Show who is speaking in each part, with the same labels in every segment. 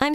Speaker 1: I'm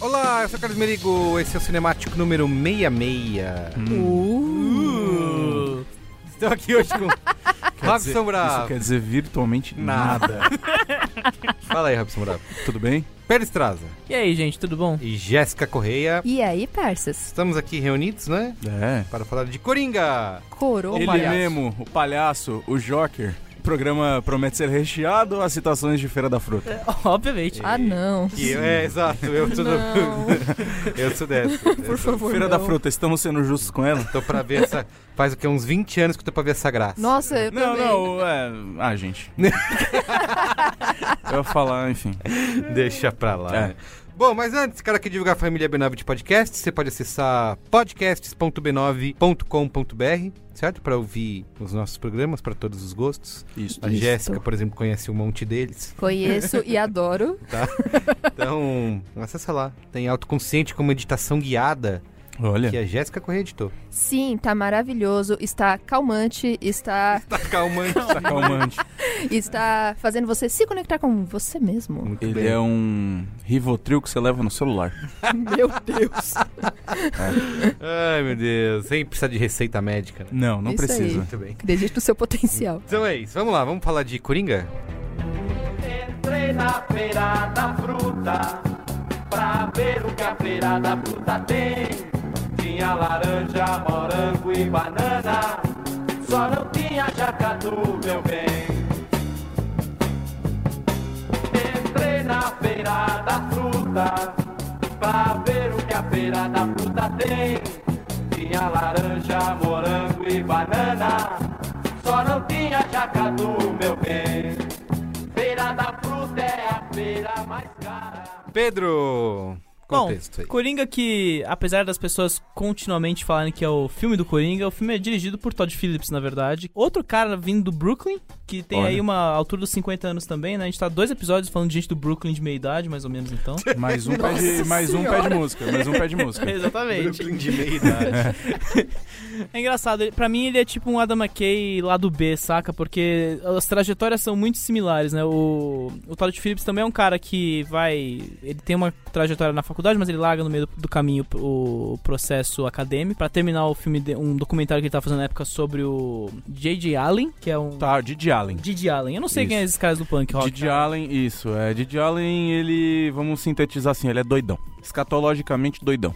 Speaker 2: Olá, eu sou o Carlos Merigo, esse é o Cinemático número 66. Uh. Estou aqui hoje com
Speaker 3: dizer-
Speaker 2: Robson
Speaker 3: Isso
Speaker 2: Bravo.
Speaker 3: quer dizer virtualmente nada.
Speaker 2: Nada. Fala aí, Robson Bravo.
Speaker 3: Tudo bem?
Speaker 2: Pedro Estraza
Speaker 4: E aí, gente, tudo bom?
Speaker 2: e Jéssica Correia.
Speaker 5: E aí, parças?
Speaker 2: Estamos aqui reunidos, né?
Speaker 3: É.
Speaker 2: Para falar de Coringa.
Speaker 5: Coroa.
Speaker 3: Ele
Speaker 2: palhaço.
Speaker 3: mesmo, o palhaço, o Joker. O programa promete ser recheado a citações de Feira da Fruta.
Speaker 4: Obviamente.
Speaker 5: Ah, não.
Speaker 2: Que eu- é, exato, eu sou, do-
Speaker 5: Não,
Speaker 2: eu sou dessa.
Speaker 5: por favor.
Speaker 3: Feira da
Speaker 5: não.
Speaker 3: Fruta, estamos sendo justos com ela?
Speaker 2: Tô pra ver essa. Faz o que? Uns 20 anos que eu tô pra ver essa graça.
Speaker 5: Nossa, eu
Speaker 3: Não,
Speaker 5: também.
Speaker 3: não, é... Ah, gente. eu ia falar, enfim.
Speaker 2: Deixa pra lá. né?
Speaker 3: É.
Speaker 2: Bom, mas antes, cara, que divulgar a família B9 de podcast, você pode acessar podcasts.b9.com.br, certo? Pra ouvir os nossos programas, pra todos os gostos.
Speaker 3: Isso.
Speaker 2: A
Speaker 3: isso.
Speaker 2: Jéssica, por exemplo, conhece um monte deles. Tá.
Speaker 5: Conheço e adoro.
Speaker 2: Então, acessa lá. Tem Autoconsciente com meditação guiada,
Speaker 3: Olha.
Speaker 2: que a Jéssica Corrêa editou.
Speaker 5: Sim, tá maravilhoso. Está calmante, está,
Speaker 2: Tá calmante.
Speaker 3: Tá calmante.
Speaker 5: está fazendo você se conectar com você mesmo.
Speaker 2: Muito
Speaker 3: Ele
Speaker 2: bem.
Speaker 3: é um Rivotril que você leva no celular.
Speaker 5: Meu Deus.
Speaker 2: Ai, meu Deus. Sem precisar de receita médica. né?
Speaker 3: Não, não
Speaker 5: Isso aí.
Speaker 3: precisa.
Speaker 2: Muito bem.
Speaker 5: Acredite no seu potencial.
Speaker 2: Então é isso. Vamos lá, vamos falar de Coringa?
Speaker 6: Entrei na feira da fruta pra ver o que a feira da fruta tem. Tinha laranja, morango e banana, só não tinha jacatu, meu bem. Entrei na feira da fruta pra ver o que a feira da fruta tem. Tinha laranja, morango e banana, só não tinha jacatu, meu bem. Feira da fruta é a feira mais cara.
Speaker 2: Pedro, Contexto aí.
Speaker 4: Coringa que, apesar das pessoas continuamente falarem que é o filme do Coringa, o filme é dirigido por Todd Phillips, na verdade. Outro cara vindo do Brooklyn, que tem
Speaker 6: Olha.
Speaker 4: aí uma altura dos 50 anos também, né? A gente tá dois episódios falando de gente do Brooklyn de meia-idade, mais ou menos, então.
Speaker 6: Mais um,
Speaker 7: Nossa
Speaker 6: pede, mais um pede
Speaker 7: Senhora.
Speaker 6: música, mais um pede música.
Speaker 4: Exatamente.
Speaker 2: de meia idade.
Speaker 4: É engraçado, ele- pra mim ele é tipo um Adam McKay lá do B, saca? Porque as trajetórias são muito similares, né? O, o Todd Phillips também é um cara que vai. Ele tem uma trajetória na faculdade, mas ele larga no meio do, do caminho o, o processo acadêmico. Pra terminar o filme, de- um documentário que ele tá fazendo na época sobre o J.J. Allen, que é um.
Speaker 6: Tá, Didi Allen.
Speaker 4: J.J. Allen. Eu não sei
Speaker 6: Isso.
Speaker 4: quem é esses caras do punk rock.
Speaker 6: Didi
Speaker 4: cara.
Speaker 6: Allen, isso. É, Didi Allen, ele, vamos sintetizar assim, ele é doidão. Escatologicamente doidão.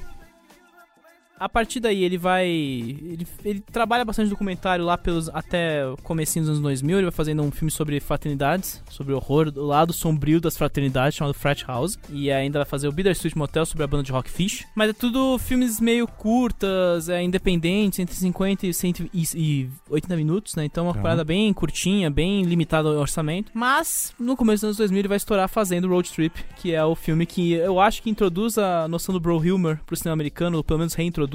Speaker 4: A partir daí ele vai. Ele, ele trabalha bastante documentário lá pelos até o comecinho dos anos 2000. Ele vai fazendo um filme sobre fraternidades, sobre o horror, o lado sombrio das fraternidades, chamado Frat House. E ainda vai fazer o Bitter Street Motel sobre a banda de Rockfish. Mas é tudo filmes meio curtas, é, independentes, entre 50 e, 100 e, e 80 minutos, né? Então é uma
Speaker 6: Aham.
Speaker 4: parada bem curtinha, bem limitada ao orçamento. Mas no começo dos anos 2000 ele vai estourar fazendo Road Trip, que é o filme que eu acho que introduz a noção do Bro Humor pro cinema americano, ou pelo menos reintroduz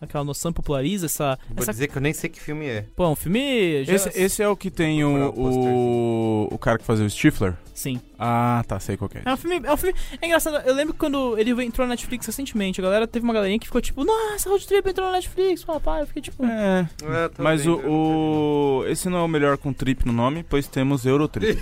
Speaker 4: aquela noção, populariza essa.
Speaker 2: Vou
Speaker 4: essa...
Speaker 2: dizer que eu nem sei que filme é.
Speaker 4: Pô, um filme. já-
Speaker 6: Esse, esse é o que tem
Speaker 2: Procurar
Speaker 6: o,
Speaker 2: o posterzinho.
Speaker 6: o, o cara que fazia o Stifler?
Speaker 4: Sim.
Speaker 6: Ah, tá, sei qual que é.
Speaker 4: É um filme. É um filme. É engraçado. Eu lembro quando ele entrou na Netflix recentemente, a galera teve uma galerinha que ficou tipo, nossa, Road Trip entrou na Netflix, papai. Eu fiquei tipo.
Speaker 6: É,
Speaker 2: Ah, tá
Speaker 6: mas
Speaker 2: bem,
Speaker 6: o, o- Esse não é o melhor com trip no nome, pois temos Eurotrip.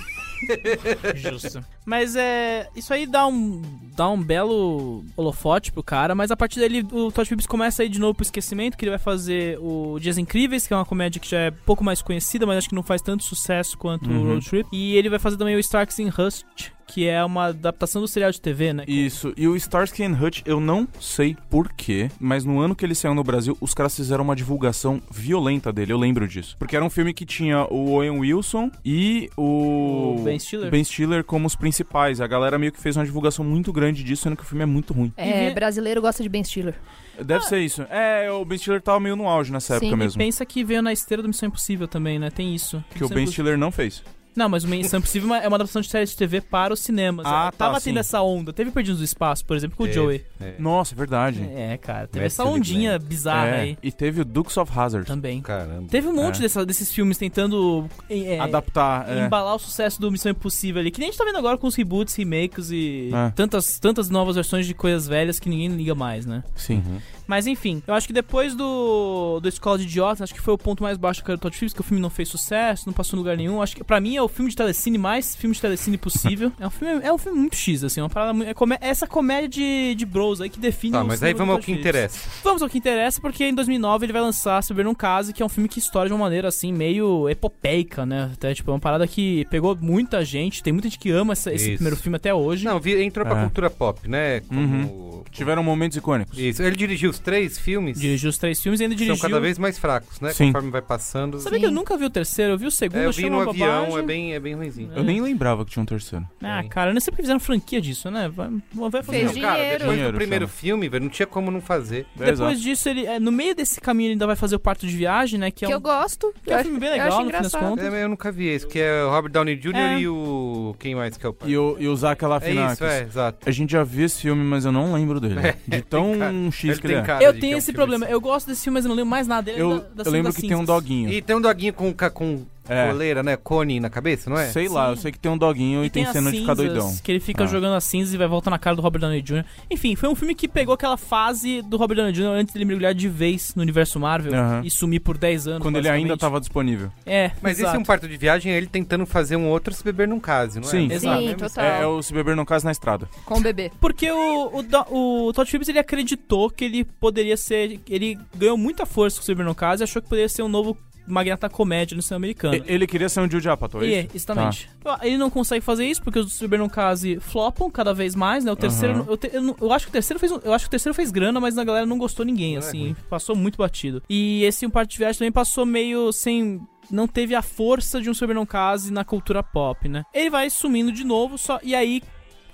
Speaker 4: Justo. Mas é. Isso aí dá um. dá um belo holofote pro cara, mas a partir dele o Todd Phillips começa a ir de novo pro esquecimento, que ele vai fazer o Dias Incríveis, que é uma comédia que já é pouco mais conhecida, mas acho que não faz tanto sucesso quanto
Speaker 6: Uhum.
Speaker 4: o Road Trip. E ele vai fazer também o Starks in Rust, que é uma adaptação do serial de TV, né?
Speaker 6: Isso, e o Starsky and Hutch, eu não sei porquê, mas no ano que ele saiu no Brasil, os caras fizeram uma divulgação violenta dele, eu lembro disso. Porque era um filme que tinha o Owen Wilson e o...
Speaker 4: O Ben Stiller.
Speaker 6: Ben Stiller como os principais. A galera meio que fez uma divulgação muito grande disso, sendo que o filme é muito ruim.
Speaker 7: É,
Speaker 4: E-
Speaker 7: brasileiro gosta de Ben Stiller.
Speaker 6: Deve ser isso. É, o Ben Stiller tava meio no auge nessa
Speaker 7: Sim,
Speaker 4: Ah.
Speaker 6: época
Speaker 4: E
Speaker 6: mesmo.
Speaker 4: pensa que veio na esteira do Missão Impossível também, né? Tem isso.
Speaker 6: Que o Ben Stiller não fez.
Speaker 4: Não, mas o Missão Impossível é uma adaptação de série de TV para os cinemas.
Speaker 6: Ah, tá,
Speaker 4: Tava
Speaker 6: sim.
Speaker 4: tendo essa onda. Teve Perdidos do Espaço, por exemplo, com o
Speaker 2: Teve.
Speaker 4: Joey.
Speaker 2: É.
Speaker 6: Nossa, é verdade.
Speaker 4: É, cara, teve
Speaker 2: Matthew
Speaker 4: essa ondinha
Speaker 2: Leblanc.
Speaker 4: bizarra
Speaker 6: É,
Speaker 4: aí
Speaker 6: E teve o Dukes of Hazard.
Speaker 4: também.
Speaker 2: Caramba.
Speaker 4: Teve um monte
Speaker 6: É.
Speaker 4: dessa- desses filmes tentando eh, eh,
Speaker 6: Adaptar. é.
Speaker 4: embalar o sucesso do Missão Impossível ali, que nem a gente tá vendo agora com os reboots, remakes e
Speaker 6: É.
Speaker 4: tantas, tantas novas versões de coisas velhas que ninguém liga mais, né?
Speaker 6: Sim.
Speaker 4: Mas enfim, eu acho que depois do, do Escola de Idiotas, acho que foi o ponto mais baixo que era o Todd Phillips, que o filme não fez sucesso, não passou em lugar nenhum. Acho que pra mim é o filme de telecine mais filme de telecine possível. é, um filme, é um filme muito X, assim, uma parada muito. É comé- é essa comédia de, de bros aí que define
Speaker 2: Tá,
Speaker 4: o
Speaker 2: mas
Speaker 4: cinema
Speaker 2: aí
Speaker 4: do
Speaker 2: vamos ao
Speaker 4: Todd
Speaker 2: que
Speaker 4: Phillips.
Speaker 2: interessa.
Speaker 4: Vamos ao que interessa, porque em 2009 ele vai lançar Se Beber Num Case, que é um filme que história de uma maneira, assim, meio epopeica, né? Até, tipo, é uma parada que pegou muita gente, tem muita gente que ama essa- esse
Speaker 2: Isso.
Speaker 4: primeiro filme até hoje.
Speaker 2: Não, vi- entrou pra
Speaker 4: Ah.
Speaker 6: É.
Speaker 2: cultura pop, né? Como...
Speaker 6: Tiveram momentos icônicos.
Speaker 2: Isso. Ele dirigiu os três filmes.
Speaker 4: Uhum. Dirigiu os três filmes e ainda
Speaker 2: que
Speaker 4: dirigiu...
Speaker 2: São cada vez mais fracos, né?
Speaker 6: Sim.
Speaker 2: Conforme vai passando.
Speaker 4: Sabia que eu nunca vi o terceiro? Eu vi o segundo,
Speaker 2: É, eu
Speaker 4: achei
Speaker 2: vi no
Speaker 4: uma
Speaker 2: avião,
Speaker 4: bobagem.
Speaker 2: é bem, é bem ruimzinho.
Speaker 6: Eu nem lembrava que tinha um terceiro.
Speaker 4: Ah, cara, eu não sei porque fizeram franquia disso, né? Vai, vai fazer.
Speaker 7: Fez
Speaker 2: Não, Tipo, cara,
Speaker 7: dinheiro.
Speaker 2: depois
Speaker 6: Dinheiro,
Speaker 2: do primeiro
Speaker 6: chama.
Speaker 2: filme, velho, não tinha como não fazer.
Speaker 4: Depois disso, ele, é, no meio desse caminho, ele ainda vai fazer o parto de viagem, né? Que,
Speaker 7: Que,
Speaker 4: é um,
Speaker 7: eu gosto.
Speaker 4: que é um filme bem
Speaker 7: eu
Speaker 4: legal,
Speaker 7: acho
Speaker 4: no fim das
Speaker 7: engraçado.
Speaker 4: contas.
Speaker 2: É, mas eu nunca vi esse, que é o Robert Downey Jr.
Speaker 4: É.
Speaker 2: e o. Quem mais que é o pai?
Speaker 6: E o, e o Zach
Speaker 2: É
Speaker 6: Galifianakis.
Speaker 2: isso, é, exato.
Speaker 6: A gente já viu esse filme, mas eu não lembro dele. De tão X
Speaker 2: Ele
Speaker 6: que ele
Speaker 2: tem
Speaker 6: é.
Speaker 2: cara
Speaker 4: Eu
Speaker 2: de que é
Speaker 4: tenho
Speaker 2: um
Speaker 4: esse
Speaker 2: filme
Speaker 4: problema.
Speaker 2: assim.
Speaker 4: Eu gosto desse filme, mas eu não lembro mais nada. dele,
Speaker 6: Eu,
Speaker 4: é da- da
Speaker 6: eu lembro
Speaker 4: das
Speaker 6: que tem um
Speaker 4: cinzas.
Speaker 6: doguinho.
Speaker 2: E tem um doguinho com, ca- com
Speaker 6: É.
Speaker 2: coleira, né? Cone na cabeça, não é?
Speaker 6: Sei lá, eu sei que tem um doguinho e, tem,
Speaker 4: as
Speaker 6: cena de ficar
Speaker 4: cinzas,
Speaker 6: doidão.
Speaker 4: Que ele fica
Speaker 6: Ah.
Speaker 4: jogando as cinzas e vai voltar na cara do Robert Downey Jr. Enfim, foi um filme que pegou aquela fase do Robert Downey Jr. antes dele mergulhar de vez no universo Marvel
Speaker 6: Aham.
Speaker 4: e sumir por 10 anos.
Speaker 6: Quando ele ainda
Speaker 4: basicamente.
Speaker 6: tava disponível.
Speaker 4: É,
Speaker 2: Mas
Speaker 4: exato.
Speaker 2: esse é um parto de viagem, é ele tentando fazer um outro se beber num case, não é?
Speaker 6: Sim.
Speaker 2: Não é
Speaker 4: Exato.
Speaker 7: Sim,
Speaker 2: mesmo?
Speaker 7: total.
Speaker 6: É, é o Se Beber Não Case na Estrada.
Speaker 7: Com o bebê.
Speaker 4: Porque o, o, Do- o Todd Phillips ele acreditou que ele poderia ser. Ele ganhou muita força com o Silver no caso e achou que poderia ser um novo magnata da comédia no cinema americano.
Speaker 6: E- Ele queria ser um Jude Apatow, é
Speaker 4: E,
Speaker 6: isso?
Speaker 4: Tá.
Speaker 6: Tá.
Speaker 4: exatamente. Ele não consegue fazer isso porque os Super Case flopam cada vez mais, né? O terceiro,
Speaker 6: Aham.
Speaker 4: eu, te- eu não- eu acho que o terceiro fez, um- eu acho que o terceiro fez grana, mas a galera não gostou ninguém,
Speaker 6: É,
Speaker 4: assim, passou muito batido. E esse um parte de viagem também passou meio sem não teve a força de um Super Case na cultura pop, né? Ele vai sumindo de novo, só e aí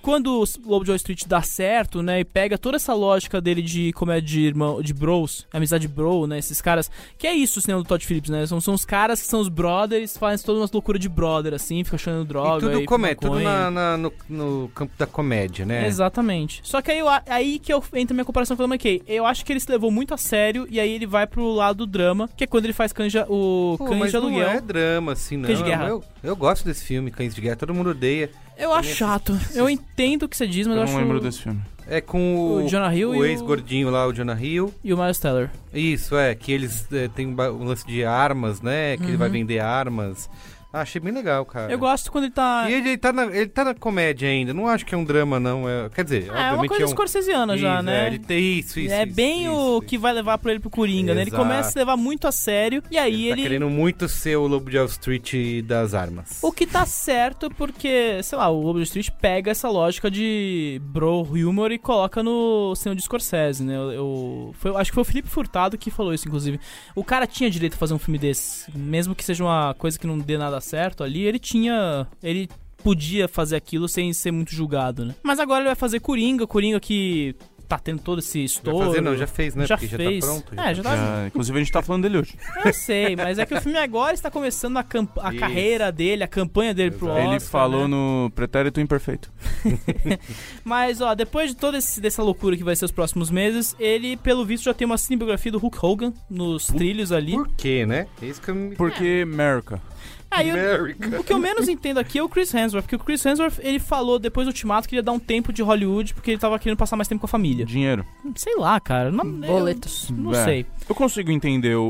Speaker 4: quando o Lobo de Wall Street dá certo, né, e pega toda essa lógica dele de comédia de irmão, de bros, amizade bro, né, esses caras, que é isso o cinema do Todd Phillips, né, são, são os caras que são os brothers, fazem todas umas loucuras de brother, assim, fica achando droga,
Speaker 2: e tudo,
Speaker 4: aí,
Speaker 2: comé, tudo
Speaker 4: maconha.
Speaker 2: na- na- no, no campo da comédia, né?
Speaker 4: Exatamente. Só que aí, eu a- aí que eu entra minha comparação com o McKay. Eu acho que ele se levou muito a sério e aí ele vai pro lado do drama, que é quando ele faz canja, o
Speaker 2: Pô,
Speaker 4: canja
Speaker 2: mas não
Speaker 4: aluguel.
Speaker 2: é drama, assim, não.
Speaker 4: Cães de Guerra.
Speaker 2: Eu, eu gosto desse filme, Cães de Guerra, todo mundo odeia.
Speaker 4: Eu acho chato. Eu entendo o que você diz, mas eu,
Speaker 6: Eu
Speaker 4: acho. um
Speaker 6: não lembro desse filme.
Speaker 2: É com o,
Speaker 4: O Jonah Hill e
Speaker 2: o
Speaker 4: o-
Speaker 2: ex-gordinho lá, o Jonah Hill.
Speaker 4: E o Miles Teller.
Speaker 2: Isso, é, que eles é, têm um, ba- um lance de armas, né? Que ele vai vender armas. Ah, achei bem legal, cara.
Speaker 4: Uhum.
Speaker 6: É.
Speaker 4: Eu gosto quando ele tá.
Speaker 2: E ele, ele tá na, ele tá na comédia ainda, não acho que é um drama, não. É, quer dizer,
Speaker 4: Ah, é uma
Speaker 2: obviamente
Speaker 4: coisa
Speaker 2: é um...
Speaker 4: escorcesiana já,
Speaker 2: Isso,
Speaker 4: né?
Speaker 2: É, ele tem isso, isso.
Speaker 4: é
Speaker 2: isso,
Speaker 4: bem
Speaker 2: isso,
Speaker 4: o
Speaker 2: isso.
Speaker 4: que vai levar pra ele pro Coringa, né? Ele
Speaker 2: Exato.
Speaker 4: começa a se levar muito a sério e aí
Speaker 2: Ele tá
Speaker 4: ele.
Speaker 2: querendo muito ser o Lobo de Wall Street das armas.
Speaker 4: O que tá certo porque, sei lá, o Lobo de Street pega essa lógica de bro humor e coloca no cinema de Scorsese, né? Eu, eu- foi- acho que foi o Felipe Furtado que falou isso, inclusive. O cara tinha direito a fazer um filme desse, mesmo que seja uma coisa que não dê nada certo ali, ele tinha, ele podia fazer aquilo sem ser muito julgado, né? Mas agora ele vai fazer Coringa, Coringa que tá tendo todo esse
Speaker 2: Já
Speaker 4: estouro.
Speaker 2: fazer, não, já fez, né?
Speaker 4: Já
Speaker 2: Porque
Speaker 4: fez.
Speaker 2: já tá pronto.
Speaker 4: É, já tá
Speaker 6: Já, inclusive, a gente tá falando dele hoje.
Speaker 4: eu sei, mas é que o filme agora está começando a, camp- a
Speaker 2: Isso.
Speaker 4: carreira dele, a campanha dele pro Oscar.
Speaker 6: Ele falou
Speaker 4: né?
Speaker 6: no Pretérito Imperfeito.
Speaker 4: Mas, ó, depois de toda esse- dessa loucura que vai ser os próximos meses, ele, pelo visto, já tem uma cinebiografia do Hulk Hogan nos trilhos ali.
Speaker 2: Por quê, né? É isso que eu me...
Speaker 6: Porque America.
Speaker 4: Aí, eu-
Speaker 2: America.
Speaker 4: o que eu menos entendo aqui é o Chris Hemsworth, porque o Chris Hemsworth, ele falou depois do Ultimato que ele ia dar um tempo de Hollywood porque ele tava querendo passar mais tempo com a família.
Speaker 6: Dinheiro.
Speaker 4: Sei lá, cara. Não, eu-
Speaker 7: Boletos.
Speaker 4: não
Speaker 6: É.
Speaker 4: sei.
Speaker 6: Eu consigo entender o-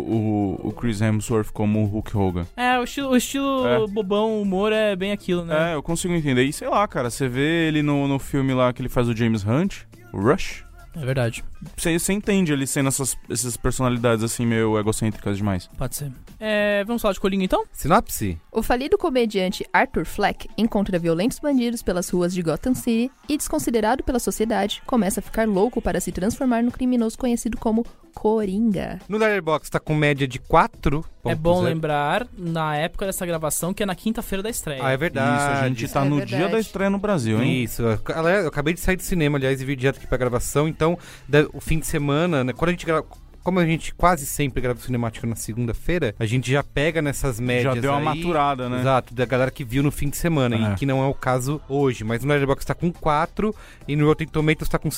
Speaker 6: o, o Chris Hemsworth como o Hulk Hogan.
Speaker 4: É, o estilo, o estilo
Speaker 6: É.
Speaker 4: bobão, humor é bem aquilo, né?
Speaker 6: É, eu consigo entender. E sei lá, cara, você vê ele no, no filme lá que ele faz o James Hunt, o Rush.
Speaker 4: é verdade.
Speaker 6: Você, você entende ele sendo essas, essas personalidades assim meio egocêntricas demais.
Speaker 4: Pode ser. É, vamos falar de Coringa então?
Speaker 2: Sinopse?
Speaker 7: O falido comediante Arthur Fleck encontra violentos bandidos pelas ruas de Gotham City e, desconsiderado pela sociedade, começa a ficar louco para se transformar no criminoso conhecido como Coringa.
Speaker 2: No Letterboxd tá com média de né? 4.
Speaker 4: É bom lembrar, na época dessa gravação, que é na quinta-feira da estreia.
Speaker 2: Ah, é
Speaker 6: Isso,
Speaker 2: verdade.
Speaker 6: a gente tá
Speaker 7: é
Speaker 6: no
Speaker 7: verdade.
Speaker 6: dia da estreia no Brasil, hein?
Speaker 2: Isso, eu- galera, eu acabei de sair do cinema, aliás, e vi direto aqui pra gravação, então da- o fim de semana, né, quando a gente grava, como a gente quase sempre grava o Cinemático na segunda-feira, a gente já pega nessas médias
Speaker 6: Já deu uma
Speaker 2: aí,
Speaker 6: maturada, né?
Speaker 2: Exato, da galera que viu no fim de semana,
Speaker 6: É.
Speaker 2: e que não é o caso hoje, mas no Letterboxd tá com 4 e no Rotten Tomatoes tá com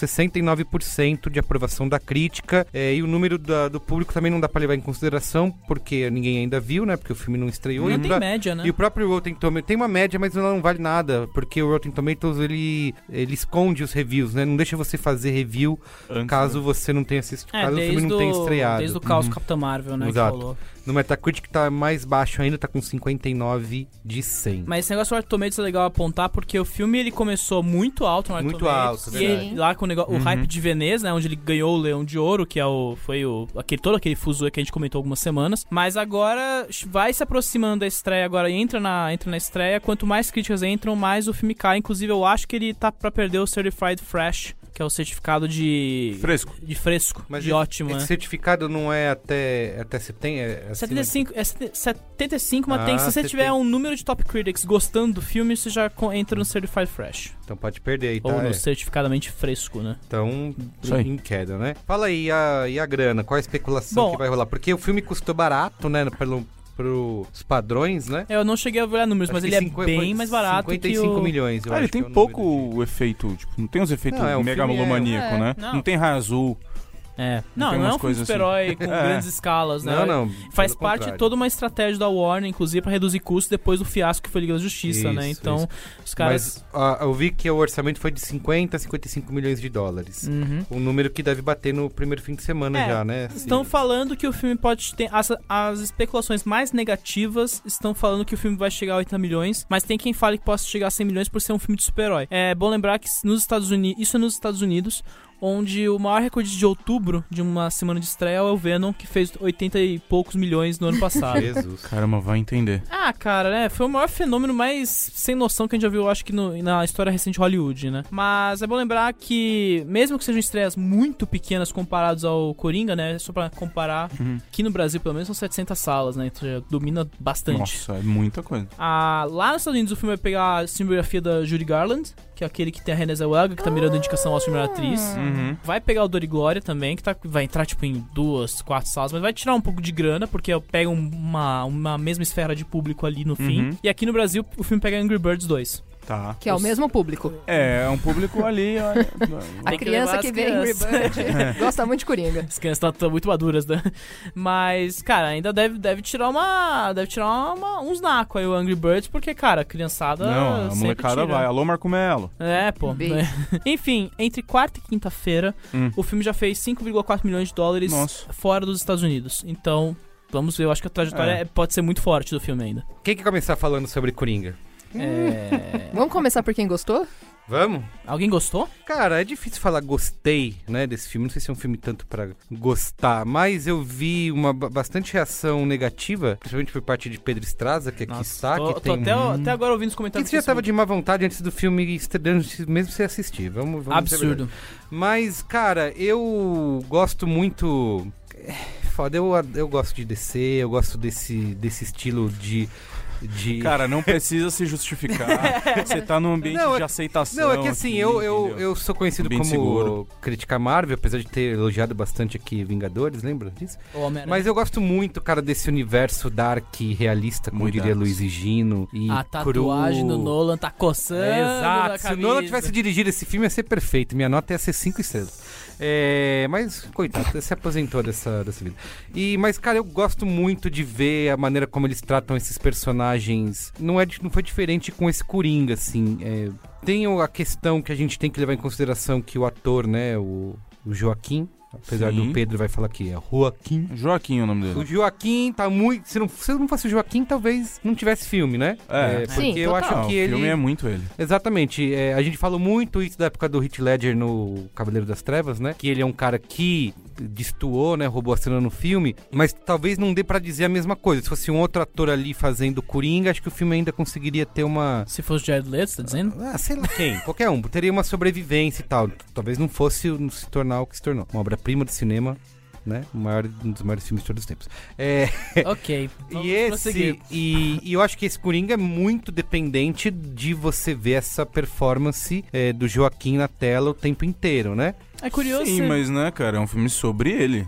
Speaker 2: 69% de aprovação da crítica, é, e o número da- do público também não dá pra levar em consideração, porque ninguém ainda viu, né, porque o filme não estreou. e
Speaker 4: Não
Speaker 2: o
Speaker 4: tem
Speaker 2: pra-
Speaker 4: média, né?
Speaker 2: Uhum. e o próprio Rotten Tomatoes tem uma média, mas ela não vale nada, porque o Rotten Tomatoes ele, ele esconde os reviews, né? Não deixa você fazer review
Speaker 6: Antes,
Speaker 2: caso você não tenha assistido,
Speaker 4: É,
Speaker 2: caso o filme
Speaker 4: desde
Speaker 2: não tenha
Speaker 4: o-
Speaker 2: estreado. Uhum.
Speaker 4: Desde o caos Capitã Marvel, né?
Speaker 2: Exato.
Speaker 4: Que falou.
Speaker 2: No Metacritic tá mais baixo ainda, tá com 59 de 100.
Speaker 4: Mas esse negócio do Rotten Tomatoes é legal apontar, porque o filme ele começou muito alto no Rotten
Speaker 2: Muito
Speaker 4: Tomatoes,
Speaker 2: alto, é
Speaker 4: E
Speaker 2: verdade.
Speaker 4: ele- lá com o, negócio, o hype de Veneza, né? Onde ele ganhou o Leão de Ouro, que é o, foi o, aquele, todo aquele fuzuê que a gente comentou algumas semanas. Mas agora vai se aproximando da estreia, agora entra na, entra na estreia. Quanto mais críticas entram, mais o filme cai. Inclusive, eu acho que ele tá pra perder o Certified Fresh, que é o certificado de...
Speaker 6: Fresco.
Speaker 4: De fresco,
Speaker 2: Mas é
Speaker 4: de
Speaker 2: esse-
Speaker 4: ótimo,
Speaker 2: Esse
Speaker 4: né?
Speaker 2: certificado não é até, até setembro? É acima de-
Speaker 4: 75, é sete- 75 mas
Speaker 2: Ah,
Speaker 4: tem, se você
Speaker 2: setenta.
Speaker 4: tiver um número de top critics gostando do filme, você já co- entra no Certified Fresh.
Speaker 2: Então pode perder aí, tá?
Speaker 4: Ou no
Speaker 2: É.
Speaker 4: certificadamente fresco, né?
Speaker 2: Então,
Speaker 6: Isso aí.
Speaker 2: em queda, né? Fala aí, a, e a grana? Qual a especulação
Speaker 4: Bom,
Speaker 2: que vai rolar? Porque o filme custou barato, né? Pelo, pros padrões, né?
Speaker 4: É, Eu não cheguei a olhar números, mas
Speaker 2: Acho
Speaker 4: ele
Speaker 2: que
Speaker 4: é
Speaker 2: cinqu-
Speaker 4: bem
Speaker 2: foi
Speaker 4: mais barato
Speaker 2: 55
Speaker 4: que o...
Speaker 2: milhões, eu
Speaker 6: Ah, ele
Speaker 2: acho
Speaker 6: tem
Speaker 2: que é o
Speaker 6: pouco
Speaker 2: número
Speaker 6: o efeito, tipo, não tem os efeitos
Speaker 2: Não, é, o filme é-
Speaker 6: megalomaníaco,
Speaker 7: é,
Speaker 6: né?
Speaker 4: não.
Speaker 6: Não. tem raio azul.
Speaker 4: É. Não,
Speaker 6: Tem
Speaker 4: não é
Speaker 6: umas
Speaker 4: um filme de
Speaker 6: coisas
Speaker 4: super-herói com
Speaker 6: É.
Speaker 4: grandes escalas,
Speaker 2: de-
Speaker 4: né?
Speaker 2: assim. Não, não.
Speaker 4: Faz
Speaker 2: pelo
Speaker 4: parte de
Speaker 2: contrário.
Speaker 4: toda uma estratégia da Warner, inclusive, pra reduzir custos depois do fiasco que foi a Liga da Justiça, né?
Speaker 2: Isso,
Speaker 4: Então,
Speaker 2: isso.
Speaker 4: os caras...
Speaker 2: Mas ah, eu vi que o orçamento foi de 50 a 55 milhões de dólares.
Speaker 4: Uhum.
Speaker 2: Um número que deve bater no primeiro fim de semana
Speaker 4: É,
Speaker 2: já, né?
Speaker 4: Estão falando que o filme pode ter. As, as especulações mais negativas estão falando que o filme vai chegar a 80 milhões, mas tem quem fale que possa chegar a 100 milhões por ser um filme de super-herói. É bom lembrar que nos Estados Unidos. Isso é nos Estados Unidos, onde o maior recorde de outubro de uma semana de estreia é o Venom, que fez 80 e poucos milhões no ano passado.
Speaker 2: Jesus.
Speaker 6: Caramba, vai entender.
Speaker 4: Ah, cara, né? Foi o maior fenômeno mais sem noção que a gente já viu, eu acho que no- na história recente de Hollywood, né? Mas é bom lembrar que, mesmo que sejam estreias muito pequenas comparados ao Coringa, né? Só pra comparar, aqui no Brasil, pelo menos, são 700 salas, né? Então já domina bastante.
Speaker 6: Nossa, é muita coisa.
Speaker 4: Ah, lá nos Estados Unidos o filme vai pegar a cinebiografia da Judy Garland, que é aquele que tem a Renée Zellweger, que tá mirando indicação ao filme da atriz.
Speaker 6: Uhum.
Speaker 4: Vai pegar o Dor e Glória também, que tá, vai entrar, tipo, em duas, quatro salas, mas vai tirar um pouco de grana, porque pega uma, uma mesma esfera de público ali no
Speaker 6: Uhum.
Speaker 4: fim. E aqui no Brasil, o filme pega Angry Birds 2.
Speaker 6: Tá.
Speaker 7: Que é o mesmo público.
Speaker 6: É, é um público ali. ó.
Speaker 7: A
Speaker 4: Tem que
Speaker 7: criança
Speaker 4: levar
Speaker 7: que
Speaker 4: as
Speaker 7: vê Angry Bird gosta muito de Coringa.
Speaker 4: As crianças estão muito maduras, né? Mas, cara, ainda deve, deve tirar uma. Deve tirar uma- uns nacos aí o Angry Birds, porque, cara, a criançada.
Speaker 6: Não, a
Speaker 4: sempre
Speaker 6: molecada
Speaker 4: tira.
Speaker 6: vai. Alô, Marco Melo.
Speaker 4: É, pô.
Speaker 7: Beijo.
Speaker 4: Enfim, entre quarta e quinta-feira,
Speaker 6: Hum.
Speaker 4: o filme já fez 5,4 milhões de dólares
Speaker 6: Nossa.
Speaker 4: fora dos Estados Unidos. Então, vamos ver. Eu acho que a trajetória
Speaker 6: É.
Speaker 4: é- pode ser muito forte do filme ainda.
Speaker 2: Quem que começar falando sobre Coringa? Hum.
Speaker 4: É,
Speaker 7: Vamos começar por quem gostou?
Speaker 2: Vamos?
Speaker 4: Alguém gostou?
Speaker 2: Cara, é difícil falar gostei, né, desse filme. Não sei se é um filme tanto pra gostar, mas eu vi uma ba- bastante reação negativa, principalmente por parte de Pedro Estraza, que aqui está,
Speaker 4: tô,
Speaker 2: que
Speaker 4: tô
Speaker 2: tem
Speaker 4: até,
Speaker 2: um...
Speaker 4: até agora ouvindo os
Speaker 2: que
Speaker 4: comentários.
Speaker 2: você já
Speaker 4: do
Speaker 2: tava de má vontade antes do filme estreando, antes mesmo sem assistir. Vamos, vamos dizer a verdade.
Speaker 4: Absurdo.
Speaker 2: Mas, cara, eu gosto muito. É, Foda, eu, eu gosto de DC, eu gosto desse, desse estilo de. de...
Speaker 6: Cara, não precisa se justificar. Você tá num ambiente
Speaker 2: Não, é-
Speaker 6: de aceitação.
Speaker 2: não, é que assim,
Speaker 6: aqui,
Speaker 2: eu, eu,
Speaker 6: entendeu?
Speaker 2: eu sou conhecido como
Speaker 6: Ambiente seguro.
Speaker 2: criticar Marvel, apesar de ter elogiado bastante aqui Vingadores, lembra disso?
Speaker 4: O Homem-Aranha.
Speaker 2: Mas eu gosto muito, cara, desse universo dark e realista, como
Speaker 6: Muito
Speaker 2: diria
Speaker 6: dark.
Speaker 2: Luiz e Gino. E
Speaker 4: A tatuagem
Speaker 2: é cru.
Speaker 4: do Nolan tá coçando.
Speaker 2: É,
Speaker 4: a
Speaker 2: exato. Se o Nolan
Speaker 4: camisa.
Speaker 2: tivesse dirigido esse filme, ia ser perfeito. Minha nota ia ser 5 estrelas. É, mas, coitado, se aposentou dessa, dessa vida. E, mas, cara, eu gosto muito de ver a maneira como eles tratam esses personagens. Não, é, di- não foi diferente com esse Coringa, assim. É, tem o- a questão que a gente tem que levar em consideração que o ator, né, o, o Joaquim, apesar
Speaker 6: Sim.
Speaker 2: do Pedro vai falar que é Joaquim.
Speaker 6: Joaquim é o nome
Speaker 2: O
Speaker 6: dele.
Speaker 2: Joaquim tá muito. Se não, se não fosse o Joaquim, talvez não tivesse filme, né?
Speaker 6: É.
Speaker 2: porque
Speaker 7: Sim,
Speaker 2: eu
Speaker 7: total.
Speaker 2: acho que
Speaker 6: o
Speaker 2: ele.
Speaker 6: filme é muito ele.
Speaker 2: Exatamente. É, a gente falou muito isso da época do Heath Ledger no Cavaleiro das Trevas, né? Que ele é um cara que destoou, né? Roubou a cena no filme. Mas talvez não dê pra dizer a mesma coisa. Se fosse um outro ator ali fazendo Coringa, acho que o filme ainda conseguiria ter uma...
Speaker 4: Se fosse o Jared Leto, você tá dizendo?
Speaker 2: Ah, sei lá quem. Qualquer um. Teria uma sobrevivência e tal. Talvez não fosse o- não se tornar o que se tornou. Uma obra-prima do cinema, né? O maior, um dos maiores filmes de todos os tempos. É...
Speaker 4: ok. vamos
Speaker 2: E esse,
Speaker 4: prosseguir.
Speaker 2: e, e eu acho que esse Coringa é muito dependente de você ver essa performance eh, do Joaquim na tela o tempo inteiro, né?
Speaker 4: É curioso.
Speaker 6: Sim,
Speaker 4: você-
Speaker 6: mas né, cara, é um filme sobre ele.